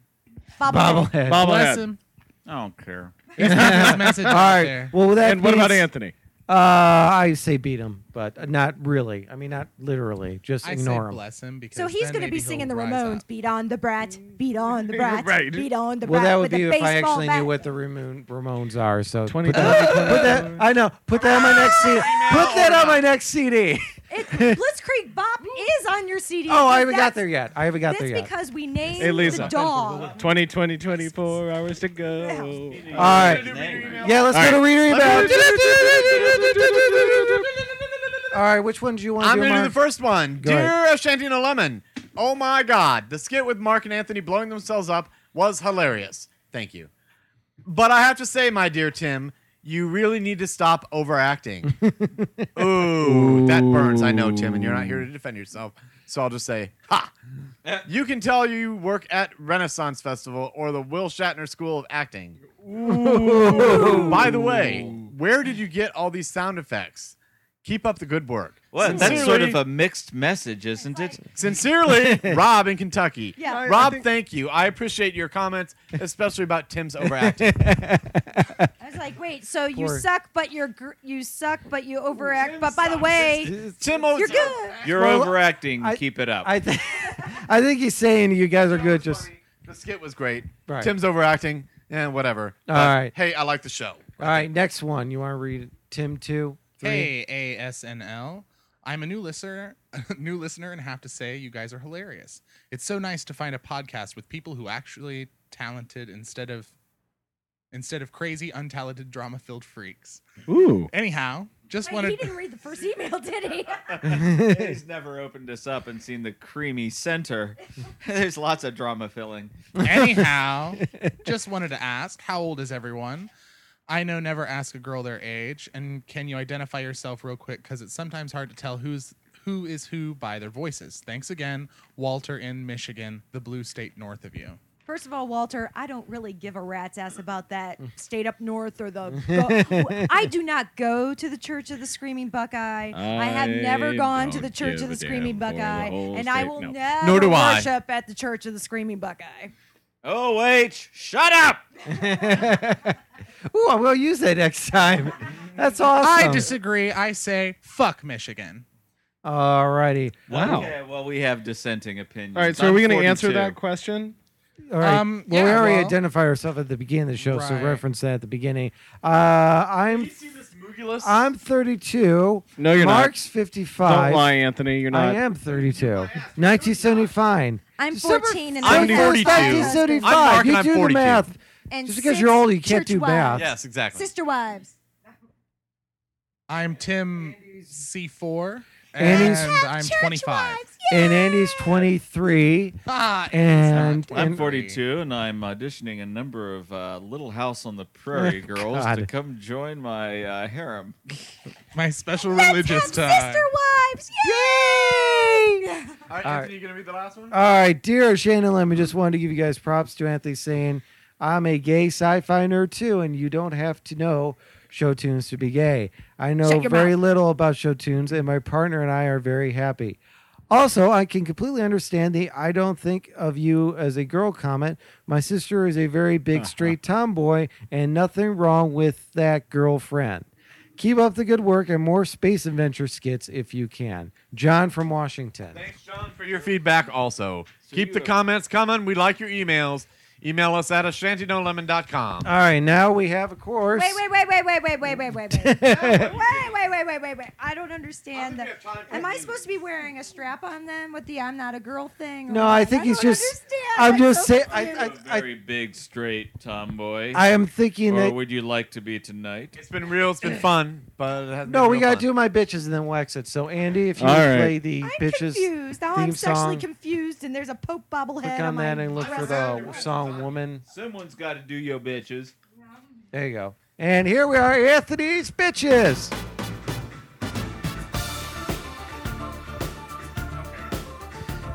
Speaker 1: Bobblehead.
Speaker 6: bobblehead.
Speaker 4: Bless him.
Speaker 2: I don't care.
Speaker 4: He's got his message out
Speaker 3: All right.
Speaker 4: there.
Speaker 3: Well, with that
Speaker 6: And what about
Speaker 3: being
Speaker 6: Anthony?
Speaker 3: Uh, I say beat him, but not really. I mean, not literally. Just
Speaker 4: I say
Speaker 3: ignore him.
Speaker 4: bless him because
Speaker 1: So he's
Speaker 4: going to
Speaker 1: be singing the
Speaker 4: Ramones.
Speaker 1: Ramones, beat on the brat, beat on the brat,
Speaker 6: right.
Speaker 1: beat on the
Speaker 3: Well,
Speaker 1: brat.
Speaker 3: that would
Speaker 1: with
Speaker 3: be
Speaker 1: a
Speaker 3: if I
Speaker 1: baseball
Speaker 3: actually
Speaker 1: bat.
Speaker 3: knew what the Ramon- Ramones are. So
Speaker 6: Twenty
Speaker 3: put that, put that. I know. Put that on my next CD. Put that on my next CD.
Speaker 1: It, Blitzkrieg Bop is on your CD.
Speaker 3: *laughs* Oh, I haven't
Speaker 1: because
Speaker 3: got there yet. I haven't got
Speaker 1: That's
Speaker 3: there
Speaker 1: that's
Speaker 3: yet.
Speaker 1: because we named
Speaker 6: Hey, Lisa.
Speaker 1: the dog.
Speaker 6: 20, 20, 24 hours to go.
Speaker 3: All right. Yeah, let's
Speaker 6: All
Speaker 3: go to
Speaker 6: right.
Speaker 3: reader email.
Speaker 6: All
Speaker 3: All right, which one do you want to
Speaker 5: I'm
Speaker 3: do?
Speaker 5: going to do the
Speaker 3: Mark?
Speaker 5: first one.
Speaker 3: Go
Speaker 5: Dear Ashanti and Lemon, oh my God, the skit with Mark and Anthony blowing themselves up was hilarious. Thank you. But I have to say, my dear Tim, you really need to stop
Speaker 3: *laughs*
Speaker 5: overacting. Ooh, that burns. I know, Tim, and you're not here to defend yourself. So I'll just say, ha. You can tell you work at Renaissance Festival or the Will Shatner School of Acting. By the way, where did you get all these sound effects? Keep up the good work.
Speaker 2: Well, that's sort
Speaker 5: Sincerely-
Speaker 2: of a mixed message, isn't it?
Speaker 5: Sincerely,
Speaker 3: *laughs*
Speaker 5: Rob in Kentucky.
Speaker 1: Yeah. I-
Speaker 5: Rob, thank you. I appreciate your comments, especially about Tim's
Speaker 3: *laughs*
Speaker 5: overacting.
Speaker 1: I was like, wait, so you
Speaker 3: Poor-
Speaker 1: suck, but you're gr- you suck, but you overact. But by the way,
Speaker 5: Tim, over-
Speaker 1: you're good.
Speaker 2: You're
Speaker 3: Well,
Speaker 2: overacting.
Speaker 3: I-
Speaker 2: Keep it up.
Speaker 3: I think. *laughs* I think he's saying you guys are good. Just
Speaker 5: the skit was great.
Speaker 3: Right.
Speaker 5: Tim's overacting, and whatever.
Speaker 3: All
Speaker 5: But,
Speaker 3: right.
Speaker 5: Hey, I like the show.
Speaker 3: all right. Next one. You want to read Tim two, three?
Speaker 4: A A S N L. I'm a new listener, *laughs* new listener, and have to say you guys are hilarious. It's so nice to find a podcast with people who actually talented instead of instead of crazy, untalented, drama-filled freaks.
Speaker 6: Ooh.
Speaker 4: Anyhow, just
Speaker 1: Wait, he
Speaker 4: wanted.
Speaker 1: didn't read the first email, *laughs* did he?
Speaker 2: He's never opened us up and seen the creamy center. *laughs* There's lots of drama filling.
Speaker 3: *laughs*
Speaker 4: Anyhow, just wanted to ask, how old is everyone? I know never ask a girl their age, and can you identify yourself real quick? Because it's sometimes hard to tell who's who is who by their voices. Thanks again, Walter in Michigan, the blue state north of you.
Speaker 1: First of all, Walter, I don't really give a rat's ass about that state up north or the. Go- I do not go to the Church of the Screaming Buckeye. I, have never
Speaker 6: I
Speaker 1: gone to
Speaker 6: don't
Speaker 1: the Church
Speaker 6: give
Speaker 1: of the
Speaker 6: a
Speaker 1: Screaming
Speaker 6: damn for the
Speaker 1: Buckeye,
Speaker 6: whole
Speaker 1: and I
Speaker 6: state,
Speaker 1: will
Speaker 6: no.
Speaker 1: never
Speaker 5: Nor do I.
Speaker 1: worship at the Church of the Screaming Buckeye.
Speaker 2: Oh, wait, shut up!
Speaker 3: Ooh, I will use that next time. *laughs* That's awesome.
Speaker 4: I disagree. I say fuck Michigan.
Speaker 3: All righty.
Speaker 6: Wow.
Speaker 2: Okay, well, we have dissenting opinions.
Speaker 6: All right, so are we
Speaker 2: I'm
Speaker 6: going to
Speaker 2: 42.
Speaker 6: answer that question?
Speaker 3: All right.
Speaker 4: Um,
Speaker 3: well, we
Speaker 4: yeah,
Speaker 3: already
Speaker 4: well-
Speaker 3: identified ourselves at the beginning of the show, so
Speaker 4: Right.
Speaker 3: reference that at the beginning. Uh, I'm I'm 32.
Speaker 6: No, you're not.
Speaker 3: Mark's 55.
Speaker 6: Don't lie, Anthony. You're
Speaker 3: I
Speaker 6: not.
Speaker 3: am 32 1975.
Speaker 1: I'm
Speaker 3: December-
Speaker 1: 14 and
Speaker 5: I'm
Speaker 1: my husband-
Speaker 5: 42.
Speaker 1: husband-
Speaker 3: 1975.
Speaker 5: I'm Mark and
Speaker 3: you
Speaker 5: I'm
Speaker 3: do the
Speaker 5: 42.
Speaker 3: math.
Speaker 1: and
Speaker 3: Just because
Speaker 1: six
Speaker 3: you're old, you
Speaker 1: church
Speaker 3: can't do
Speaker 1: wives.
Speaker 3: math.
Speaker 7: Yes, exactly.
Speaker 1: Sister wives.
Speaker 4: I'm Tim C4 and
Speaker 3: Andy's-
Speaker 4: I'm
Speaker 1: Church
Speaker 4: 25.
Speaker 1: wives.
Speaker 3: And Andy's 23.
Speaker 4: *laughs* Ah,
Speaker 3: And-
Speaker 4: it's not
Speaker 2: I'm
Speaker 3: and-
Speaker 2: 42, and I'm auditioning a number of uh, Little House on the Prairie girls to
Speaker 3: God.
Speaker 2: come join my uh, harem.
Speaker 4: My special
Speaker 1: Let's have
Speaker 4: religious time.
Speaker 1: sister wives. Yay!
Speaker 7: All right,
Speaker 3: All
Speaker 7: Anthony, you gonna be the last one?
Speaker 3: All right, dear Shane and Lemon, just wanted to give you guys props to Anthony saying, I'm a gay sci fi nerd too, and you don't have to know show tunes to be gay. I know
Speaker 1: Shut your
Speaker 3: very
Speaker 1: mouth.
Speaker 3: little about show tunes, and my partner and I are very happy. Also, I can completely understand the I don't think of you as a girl comment. My sister is a
Speaker 1: *laughs*
Speaker 3: very big straight tomboy, and nothing wrong with that girlfriend. Keep up the good work and more space adventure skits if you can. John from Washington.
Speaker 7: Thanks, John, for your feedback. Also, keep the comments coming. We like your emails. Email us at ashantinolemon.com.
Speaker 3: All right, now we have, of course.
Speaker 1: Wait, wait, wait, wait, wait, wait, wait, wait, wait,
Speaker 3: *laughs*
Speaker 1: wait. wait, wait, wait, wait, wait, wait. I don't understand that. uh, Am I supposed to be wearing a strap on then with the "I'm not a girl" thing? or
Speaker 3: No, I
Speaker 1: what?
Speaker 3: think he's
Speaker 1: don't
Speaker 3: just-
Speaker 1: Understand.
Speaker 3: I'm just
Speaker 1: so
Speaker 3: saying- I-
Speaker 2: I'm
Speaker 1: confused.
Speaker 2: a very big straight tomboy.
Speaker 3: I am thinking
Speaker 2: or
Speaker 3: that.
Speaker 2: would you like to be tonight?
Speaker 7: It's been real. It's
Speaker 3: *laughs*
Speaker 7: been fun, but it hasn't
Speaker 3: no,
Speaker 7: been
Speaker 3: we
Speaker 7: real
Speaker 3: gotta
Speaker 7: fun.
Speaker 3: do my bitches and then we'll exit. So Andy, if you
Speaker 6: All
Speaker 3: would
Speaker 6: right.
Speaker 3: play the
Speaker 1: I'm
Speaker 3: bitches,
Speaker 1: confused. Now I'm
Speaker 3: theme
Speaker 1: sexually
Speaker 3: song.
Speaker 1: confused, and there's a Pope bobblehead
Speaker 3: click on
Speaker 1: on my
Speaker 3: that and look for the song "Woman."
Speaker 2: Someone's got to do your bitches.
Speaker 3: There you go. And here we are, Anthony's bitches.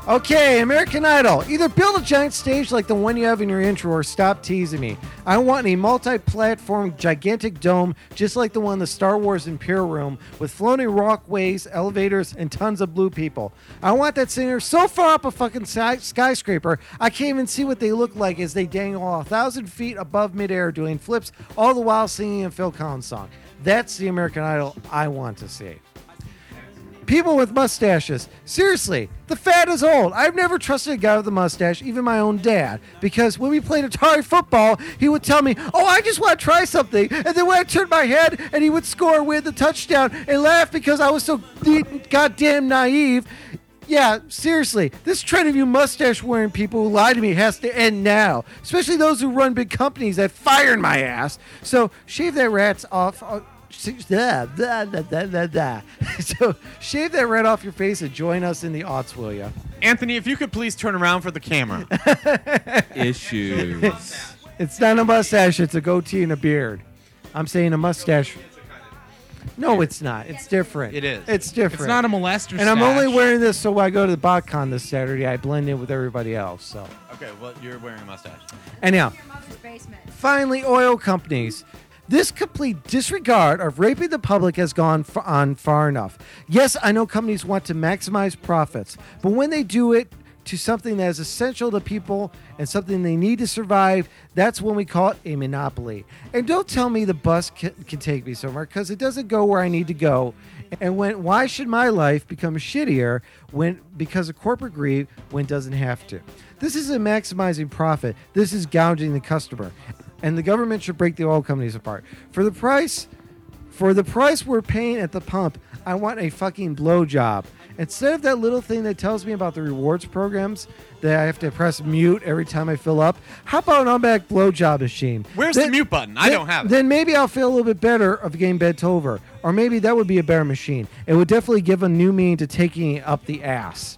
Speaker 3: Okay, American Idol. Either build a giant stage like the one you have in your intro or stop teasing me. I want a multi platform gigantic dome just like the one in the Star Wars Imperial Room with floating walkways, elevators, and tons of blue people. I want that singer so far up a fucking sky- skyscraper I can't even see what they look like as they dangle a thousand feet above midair doing flips, all the while singing a Phil Collins song. That's the American Idol I want to see. People with mustaches. Seriously, the fad is old. I've never trusted a guy with a mustache, even my own dad, because when we played Atari football, he would tell me, Oh, I just want to try something. And then when I turned my head and he would score with a touchdown and laugh because I was so de- goddamn naive. Yeah, seriously, this trend of you mustache wearing people who lie to me has to end now, especially those who run big companies that fire in my ass. So shave that rat's off. uh, sh- da, da, da, da, da, da. *laughs* so shave that rat off your face and join us in the aughts, will ya?
Speaker 5: Anthony, if you could please turn around for
Speaker 3: *laughs*
Speaker 5: the camera.
Speaker 2: *laughs* Issues.
Speaker 3: It's not a mustache, it's a goatee and a beard. I'm saying a mustache. No, it's not. It's different.
Speaker 5: It is.
Speaker 3: It's different.
Speaker 4: It's not a molester.
Speaker 3: and I'm only
Speaker 4: stash.
Speaker 3: wearing this so when I go to the BotCon this Saturday, I blend in with everybody else. So
Speaker 5: okay, well, you're wearing a mustache.
Speaker 3: anyhow,
Speaker 1: Your mother's basement.
Speaker 3: Finally, oil companies. This complete disregard of raping the public has gone f- on far enough. Yes, I know companies want to maximize profits, but when they do it to something that is essential to people and something they need to survive, that's when we call it a monopoly. And don't tell me the bus ca- can take me somewhere because it doesn't go where I need to go. And when why should my life become shittier when because of corporate greed when it doesn't have to? This isn't maximizing profit. This is gouging the customer. And the government should break the oil companies apart. For the price for the price we're paying at the pump, I want a fucking blowjob. Instead of that little thing that tells me about the rewards programs that I have to press mute every time I fill up, how about an unbacked blowjob machine?
Speaker 5: Where's the mute button? I
Speaker 3: then-
Speaker 5: don't have it.
Speaker 3: Then maybe I'll feel a little bit better of getting bent over. Or maybe that would be a better machine. It would definitely give a new meaning to taking it up the ass.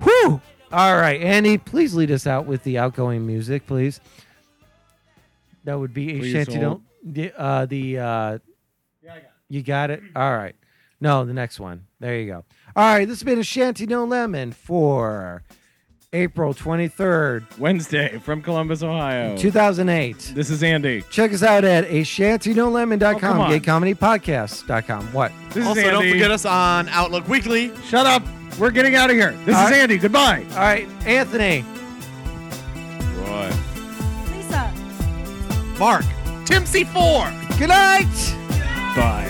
Speaker 3: Whew! All right, Andy, please lead us out with the outgoing music, please. That would be a
Speaker 6: Please
Speaker 3: shanty.
Speaker 6: hold.
Speaker 3: Don't the uh, the uh, you got it. All right, No, the next one. There you go. All right, this has been a Shanty No Lemon for April 23rd,
Speaker 6: Wednesday from Columbus, Ohio.
Speaker 3: 2008.
Speaker 6: This is Andy.
Speaker 3: Check us out at a
Speaker 6: Oh, come
Speaker 3: shantynolemon.com,
Speaker 6: on.
Speaker 3: gaycomedypodcast.com. What?
Speaker 6: This
Speaker 5: also,
Speaker 6: is Andy.
Speaker 5: don't forget us on Outlook Weekly.
Speaker 6: Shut up. We're getting out of here. This
Speaker 3: All
Speaker 6: is
Speaker 3: right.
Speaker 6: Andy. Goodbye.
Speaker 3: All right, Anthony.
Speaker 6: Right.
Speaker 1: Lisa.
Speaker 5: Mark, Tim C4.
Speaker 3: Good night.
Speaker 6: Bye.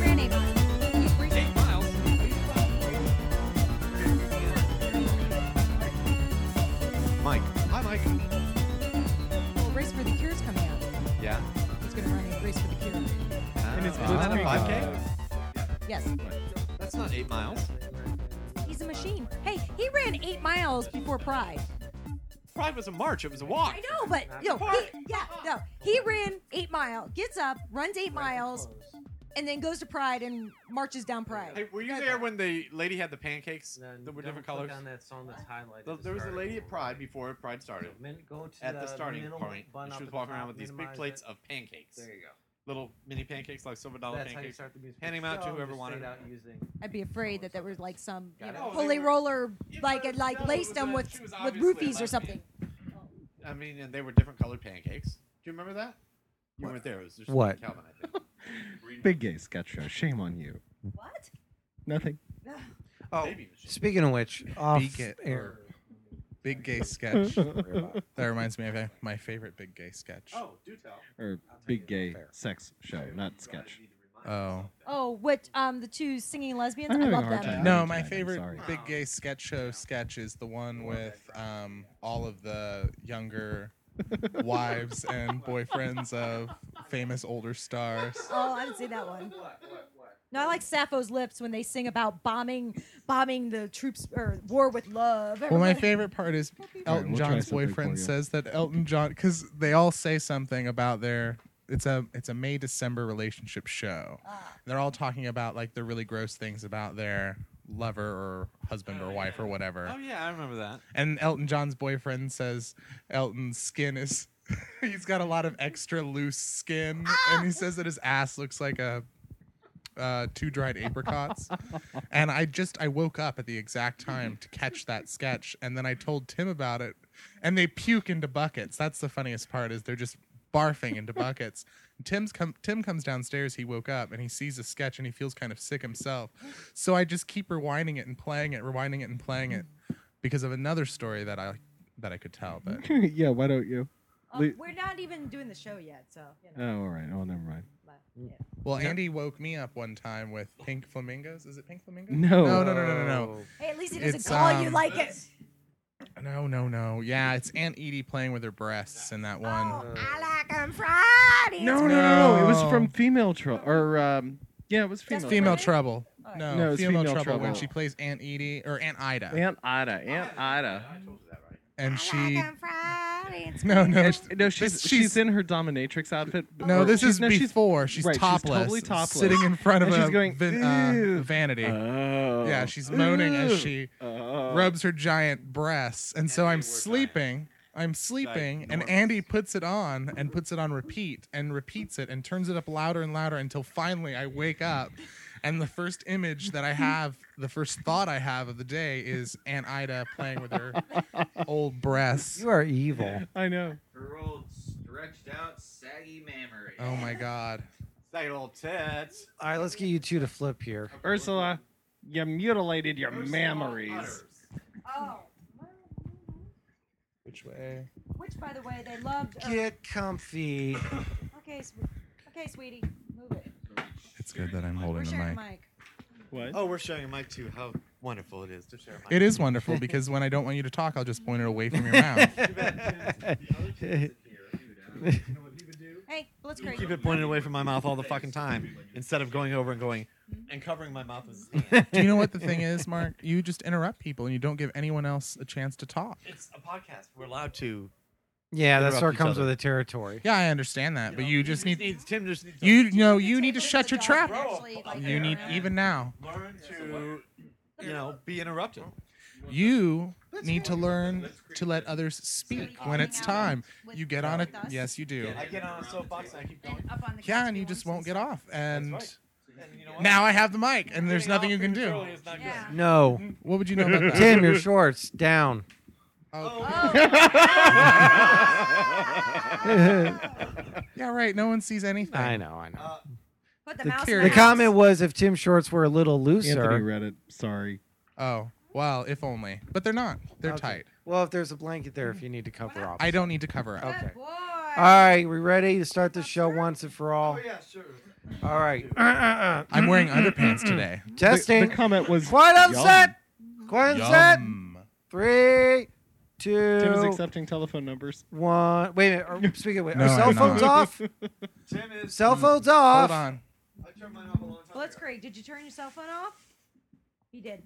Speaker 8: Renee Bond.
Speaker 5: Mike. Hi, Mike.
Speaker 8: Well, Race for the Cure's coming out.
Speaker 5: Yeah.
Speaker 8: It's going to run in Race for the Cure.
Speaker 9: Uh-huh.
Speaker 5: And
Speaker 6: it's
Speaker 5: is that a
Speaker 6: Blitzkrieg.
Speaker 5: 5K?
Speaker 8: Yes.
Speaker 5: That's not eight miles.
Speaker 8: He's a machine. Hey, he ran eight miles before Pride.
Speaker 5: Pride was a march. It was a walk.
Speaker 8: I know, but no, he, yeah, no. He ran eight mile, gets up, runs eight miles, and then goes to Pride and marches down Pride.
Speaker 5: were you there when the lady had the pancakes that were different colors?
Speaker 9: On that song that's highlighted.
Speaker 5: Th-
Speaker 9: to
Speaker 5: There was a
Speaker 9: start
Speaker 5: lady
Speaker 9: in
Speaker 5: at
Speaker 9: the
Speaker 5: Pride
Speaker 9: morning.
Speaker 5: before Pride started.
Speaker 9: Min- go to
Speaker 5: At the starting
Speaker 9: middle
Speaker 5: point,
Speaker 9: bun
Speaker 5: and
Speaker 9: up
Speaker 5: she was
Speaker 9: at the
Speaker 5: walking around
Speaker 9: top,
Speaker 5: with these big
Speaker 9: minimize
Speaker 5: plates
Speaker 9: it.
Speaker 5: of pancakes,
Speaker 9: There you go.
Speaker 5: little mini pancakes like silver dollar
Speaker 9: That's how you
Speaker 5: pancakes.
Speaker 9: start the music.
Speaker 5: Hand 'em out to whoever wanted 'em.
Speaker 8: I'd be afraid that there was like some, you
Speaker 9: Got
Speaker 8: know,
Speaker 5: it. No, they
Speaker 8: holy
Speaker 5: were-
Speaker 8: roller,
Speaker 5: Yeah,
Speaker 8: like it
Speaker 5: but
Speaker 8: like
Speaker 5: no, it
Speaker 8: laced
Speaker 5: was
Speaker 8: them
Speaker 5: a-
Speaker 8: with
Speaker 5: she was
Speaker 8: with
Speaker 5: obviously
Speaker 8: roofies or
Speaker 5: lesbian.
Speaker 8: something.
Speaker 5: I mean, and they were different colored pancakes. Do you remember that? You
Speaker 3: What?
Speaker 5: weren't there. It was just
Speaker 3: What?
Speaker 5: Calvin. I think.
Speaker 6: Big gay sketch show. Shame on you.
Speaker 8: What?
Speaker 6: Nothing.
Speaker 3: *laughs* Oh,
Speaker 5: Maybe it was just-
Speaker 3: speaking of which, off
Speaker 4: Beak it.
Speaker 3: air. *laughs*
Speaker 4: Big gay sketch. that reminds me of a- my favorite big gay sketch.
Speaker 5: Oh, do tell.
Speaker 6: Or big gay sex show, not sketch.
Speaker 4: Oh.
Speaker 8: Oh, what? Um, the two singing lesbians.
Speaker 6: I'm
Speaker 8: I
Speaker 6: having a
Speaker 8: love
Speaker 6: hard
Speaker 8: them.
Speaker 6: time.
Speaker 4: No,
Speaker 6: I'm
Speaker 4: my
Speaker 6: sorry.
Speaker 4: favorite
Speaker 6: Sorry.
Speaker 4: big gay sketch show sketch is the one with um, all of the
Speaker 3: *laughs*
Speaker 4: younger wives and boyfriends of famous older stars.
Speaker 8: Oh, I didn't see that one. No, I like Sappho's lips when they sing about bombing, bombing the troops or war with love.
Speaker 4: Well, my
Speaker 8: Everybody-
Speaker 4: favorite part is Elton
Speaker 6: we'll try
Speaker 4: John's
Speaker 6: something for
Speaker 4: boyfriend
Speaker 6: you.
Speaker 4: says that Elton John because they all say something about their it's a it's a May December relationship show.
Speaker 5: Ah.
Speaker 4: They're all talking about like the really gross things about their lover or husband or wife or whatever.
Speaker 5: Oh yeah, I remember that.
Speaker 4: And Elton John's boyfriend says Elton's skin is *laughs* he's got a lot of extra loose skin
Speaker 5: Ah!
Speaker 4: and he says that his ass looks like a uh, two dried apricots and i just i woke up at the exact time to catch that sketch and then i told tim about it and they puke into buckets that's the funniest part is they're just barfing into buckets tim's come tim comes downstairs he woke up and he sees a sketch and he feels kind of sick himself so i just keep rewinding it and playing it rewinding it and playing it because of another story that i that i could tell but
Speaker 6: *laughs* yeah, why don't you?
Speaker 1: Um, we're not even doing the show yet, so you know.
Speaker 6: Oh, all right. Oh, never mind.
Speaker 4: Uh,
Speaker 1: but, yeah.
Speaker 4: Well, Andy woke me up one time with pink flamingos. Is it pink flamingos?
Speaker 6: No.
Speaker 4: No, no, no, no, no, no.
Speaker 1: Hey, at least he doesn't
Speaker 4: It's,
Speaker 1: call you
Speaker 4: um,
Speaker 1: like it.
Speaker 4: No, no, no. Yeah, it's Aunt Edie playing with her breasts in that
Speaker 1: Oh,
Speaker 4: one.
Speaker 1: I like 'em Friday.
Speaker 6: No, no, no, no. It was
Speaker 4: No.
Speaker 6: from Female Trouble. Or, um, yeah, it was
Speaker 1: That's
Speaker 6: Female
Speaker 4: Female
Speaker 1: Really?
Speaker 4: Trouble. No,
Speaker 6: No, it's
Speaker 4: female,
Speaker 6: Female
Speaker 4: trouble, when
Speaker 6: Trouble.
Speaker 4: she plays Aunt Edie or Aunt Ida.
Speaker 6: Aunt Ida. Aunt Ida.
Speaker 5: I told you that, right?
Speaker 4: and she
Speaker 1: Like on Friday, it's
Speaker 4: no no
Speaker 6: And- no, she's
Speaker 4: this-
Speaker 6: she's in her dominatrix outfit.
Speaker 4: no
Speaker 6: Or
Speaker 4: this
Speaker 6: she's-
Speaker 4: is
Speaker 6: no, she's-
Speaker 4: before she's,
Speaker 6: right, she's
Speaker 4: topless,
Speaker 6: totally topless.
Speaker 4: sitting in front of
Speaker 6: And
Speaker 4: a
Speaker 6: she's going,
Speaker 4: vin- uh,
Speaker 6: "Ew."
Speaker 4: vanity.
Speaker 6: Oh.
Speaker 4: yeah, she's moaning as
Speaker 6: Ew.
Speaker 4: she
Speaker 6: Oh.
Speaker 4: rubs her giant breasts, and so
Speaker 2: And
Speaker 4: I'm
Speaker 2: they were
Speaker 4: sleeping. I'm sleeping, and
Speaker 2: Ginormous.
Speaker 4: Andy puts it on and puts it on repeat and repeats it and turns it up louder and louder until finally I wake up. And the first image that I have, the first thought I have of the day is Aunt Ida playing with *laughs* her old breasts.
Speaker 3: You are
Speaker 9: *laughs*
Speaker 3: evil.
Speaker 6: I know.
Speaker 2: her old stretched out saggy mammary.
Speaker 4: Oh my God.
Speaker 7: Say little tits.
Speaker 3: All right, let's get you two to flip here.
Speaker 6: Ursula, you mutilated your mammaries.
Speaker 1: oh.
Speaker 4: Which way?
Speaker 1: Which, by the way, they loved. uh,
Speaker 3: Get
Speaker 5: *coughs*
Speaker 3: comfy.
Speaker 1: okay, sw- okay, sweetie, move it.
Speaker 4: It's good that I'm
Speaker 1: We're
Speaker 4: holding the
Speaker 1: sharing
Speaker 4: mic.
Speaker 1: the mic.
Speaker 6: What?
Speaker 7: Oh, we're showing Mike too how wonderful it is to share.
Speaker 4: It is wonderful because when I don't want you to talk, I'll just point it away from your mouth.
Speaker 1: Hey, let's go.
Speaker 7: Keep it pointed away from my mouth all the fucking time instead of going over and going and covering my mouth with his hand.
Speaker 4: Do you know what the thing is, Mark? You just interrupt people and you don't give anyone else a chance to talk.
Speaker 7: It's a podcast. We're allowed to.
Speaker 3: Yeah, that
Speaker 7: Interrupt
Speaker 3: sort of
Speaker 7: each
Speaker 3: comes
Speaker 7: other.
Speaker 3: with the territory.
Speaker 4: Yeah, I understand that, but you just need
Speaker 7: needs Tim just needs to
Speaker 4: you know you need to shut your trap.
Speaker 1: Actually, like,
Speaker 4: You need even now.
Speaker 7: learn to you know be interrupted.
Speaker 4: You need to learn to let others speak when it's time. You get on it. Yes, you do.
Speaker 7: I get on a soapbox and I keep going.
Speaker 1: and up on the couch,
Speaker 4: Yeah, and
Speaker 1: we
Speaker 4: you
Speaker 1: want
Speaker 4: just
Speaker 1: some
Speaker 4: won't
Speaker 1: stuff.
Speaker 4: get off. And
Speaker 7: And you know what?
Speaker 4: now I have the mic, and there's
Speaker 7: Getting
Speaker 4: nothing
Speaker 7: off
Speaker 4: you can
Speaker 7: prematurely
Speaker 4: do.
Speaker 7: is not good.
Speaker 1: Yeah.
Speaker 3: No.
Speaker 4: What would you know about that?
Speaker 3: Tim, your shorts down.
Speaker 1: Oh.
Speaker 4: *laughs* Yeah, right. No one sees
Speaker 3: I
Speaker 4: anything.
Speaker 3: know, I know.
Speaker 1: Put the,
Speaker 4: The
Speaker 1: mouse.
Speaker 4: curious-
Speaker 3: Uh, the comment was if Tim's shorts were a little
Speaker 6: Anthony
Speaker 3: looser.
Speaker 6: read it. Sorry.
Speaker 4: Oh, well, if only. But they're not. They're
Speaker 3: Okay.
Speaker 4: tight.
Speaker 3: Well, if there's a blanket there, if you need to cover up.
Speaker 4: I don't need to cover up.
Speaker 3: Okay.
Speaker 1: Boy.
Speaker 3: All right, we ready to start the show once and for
Speaker 5: Oh,
Speaker 3: all?
Speaker 7: yeah, sure.
Speaker 3: All right.
Speaker 4: I'm wearing underpants today.
Speaker 6: The
Speaker 3: Testing.
Speaker 6: comment was
Speaker 3: Quiet on
Speaker 6: Yum.
Speaker 3: set. Quiet on set.
Speaker 4: Yum.
Speaker 3: Three,
Speaker 6: Tim is
Speaker 3: two,
Speaker 6: accepting telephone numbers.
Speaker 3: one. Wait a minute.
Speaker 4: *laughs*
Speaker 3: Are, speaking of which,
Speaker 4: No,
Speaker 3: are cell
Speaker 4: I'm
Speaker 3: phones
Speaker 4: not. *laughs*
Speaker 3: off?
Speaker 7: Tim is.
Speaker 3: Cell phones off.
Speaker 4: Hold on.
Speaker 7: I turned mine off a long time
Speaker 1: Blitz Craig, did you turn your cell phone off? He did.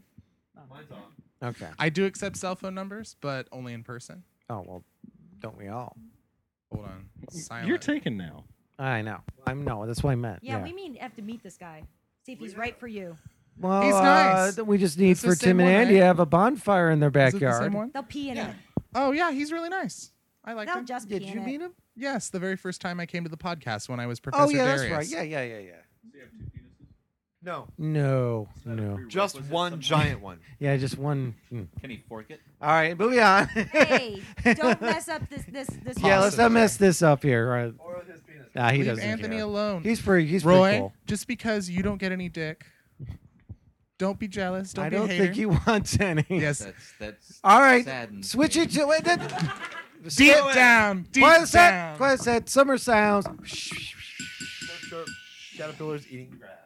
Speaker 7: ago. Mine's off.
Speaker 3: Okay.
Speaker 4: I do accept cell phone numbers, but only in person.
Speaker 3: Oh, well, don't we all?
Speaker 4: Hold on. Silent.
Speaker 6: You're taken now.
Speaker 3: I know. I'm no. That's what I meant.
Speaker 1: Yeah, we mean have to meet this guy. See if he's right for you.
Speaker 3: Well,
Speaker 4: He's nice.
Speaker 3: uh, we just need
Speaker 4: It's the
Speaker 3: for
Speaker 4: same
Speaker 3: Tim and
Speaker 4: one,
Speaker 3: Andy
Speaker 4: right?
Speaker 3: to have a bonfire in their
Speaker 4: Is it the same
Speaker 3: backyard.
Speaker 4: one?
Speaker 1: They'll pee in it.
Speaker 4: Oh yeah, he's really nice. I like
Speaker 1: They'll
Speaker 4: him.
Speaker 1: just
Speaker 3: Did
Speaker 1: pee
Speaker 3: you
Speaker 1: in
Speaker 3: meet
Speaker 1: it.
Speaker 3: him?
Speaker 4: Yes, the very first time I came to the podcast when I was Professor
Speaker 3: Oh yeah,
Speaker 4: Darius.
Speaker 3: that's right. Yeah, yeah, yeah, yeah.
Speaker 7: No,
Speaker 3: No, no.
Speaker 7: just one giant one.
Speaker 3: Yeah, just one. hmm.
Speaker 2: Can he fork it?
Speaker 3: All right, moving on.
Speaker 1: Hey, don't mess up this this this.
Speaker 3: *laughs* yeah, let's not mess this up here. Right?
Speaker 7: Or with his penis.
Speaker 3: Nah, he
Speaker 4: Leave
Speaker 3: doesn't
Speaker 4: Anthony
Speaker 3: care.
Speaker 4: alone.
Speaker 3: He's pretty. He's
Speaker 4: Roy,
Speaker 3: pretty cool.
Speaker 4: just because you don't get any dick, don't be jealous. Don't
Speaker 3: I
Speaker 4: be
Speaker 3: don't
Speaker 4: a hater.
Speaker 3: think he *laughs* wants any. *laughs*
Speaker 4: Yes.
Speaker 2: That's that's.
Speaker 3: All right,
Speaker 2: Saddens
Speaker 3: switch
Speaker 2: me.
Speaker 3: it to wait. That,
Speaker 4: Deep
Speaker 3: Skip
Speaker 4: down. Deep
Speaker 3: Quiet set.
Speaker 4: down.
Speaker 3: Quiet set. Summer sounds.
Speaker 7: Caterpillars eating grass.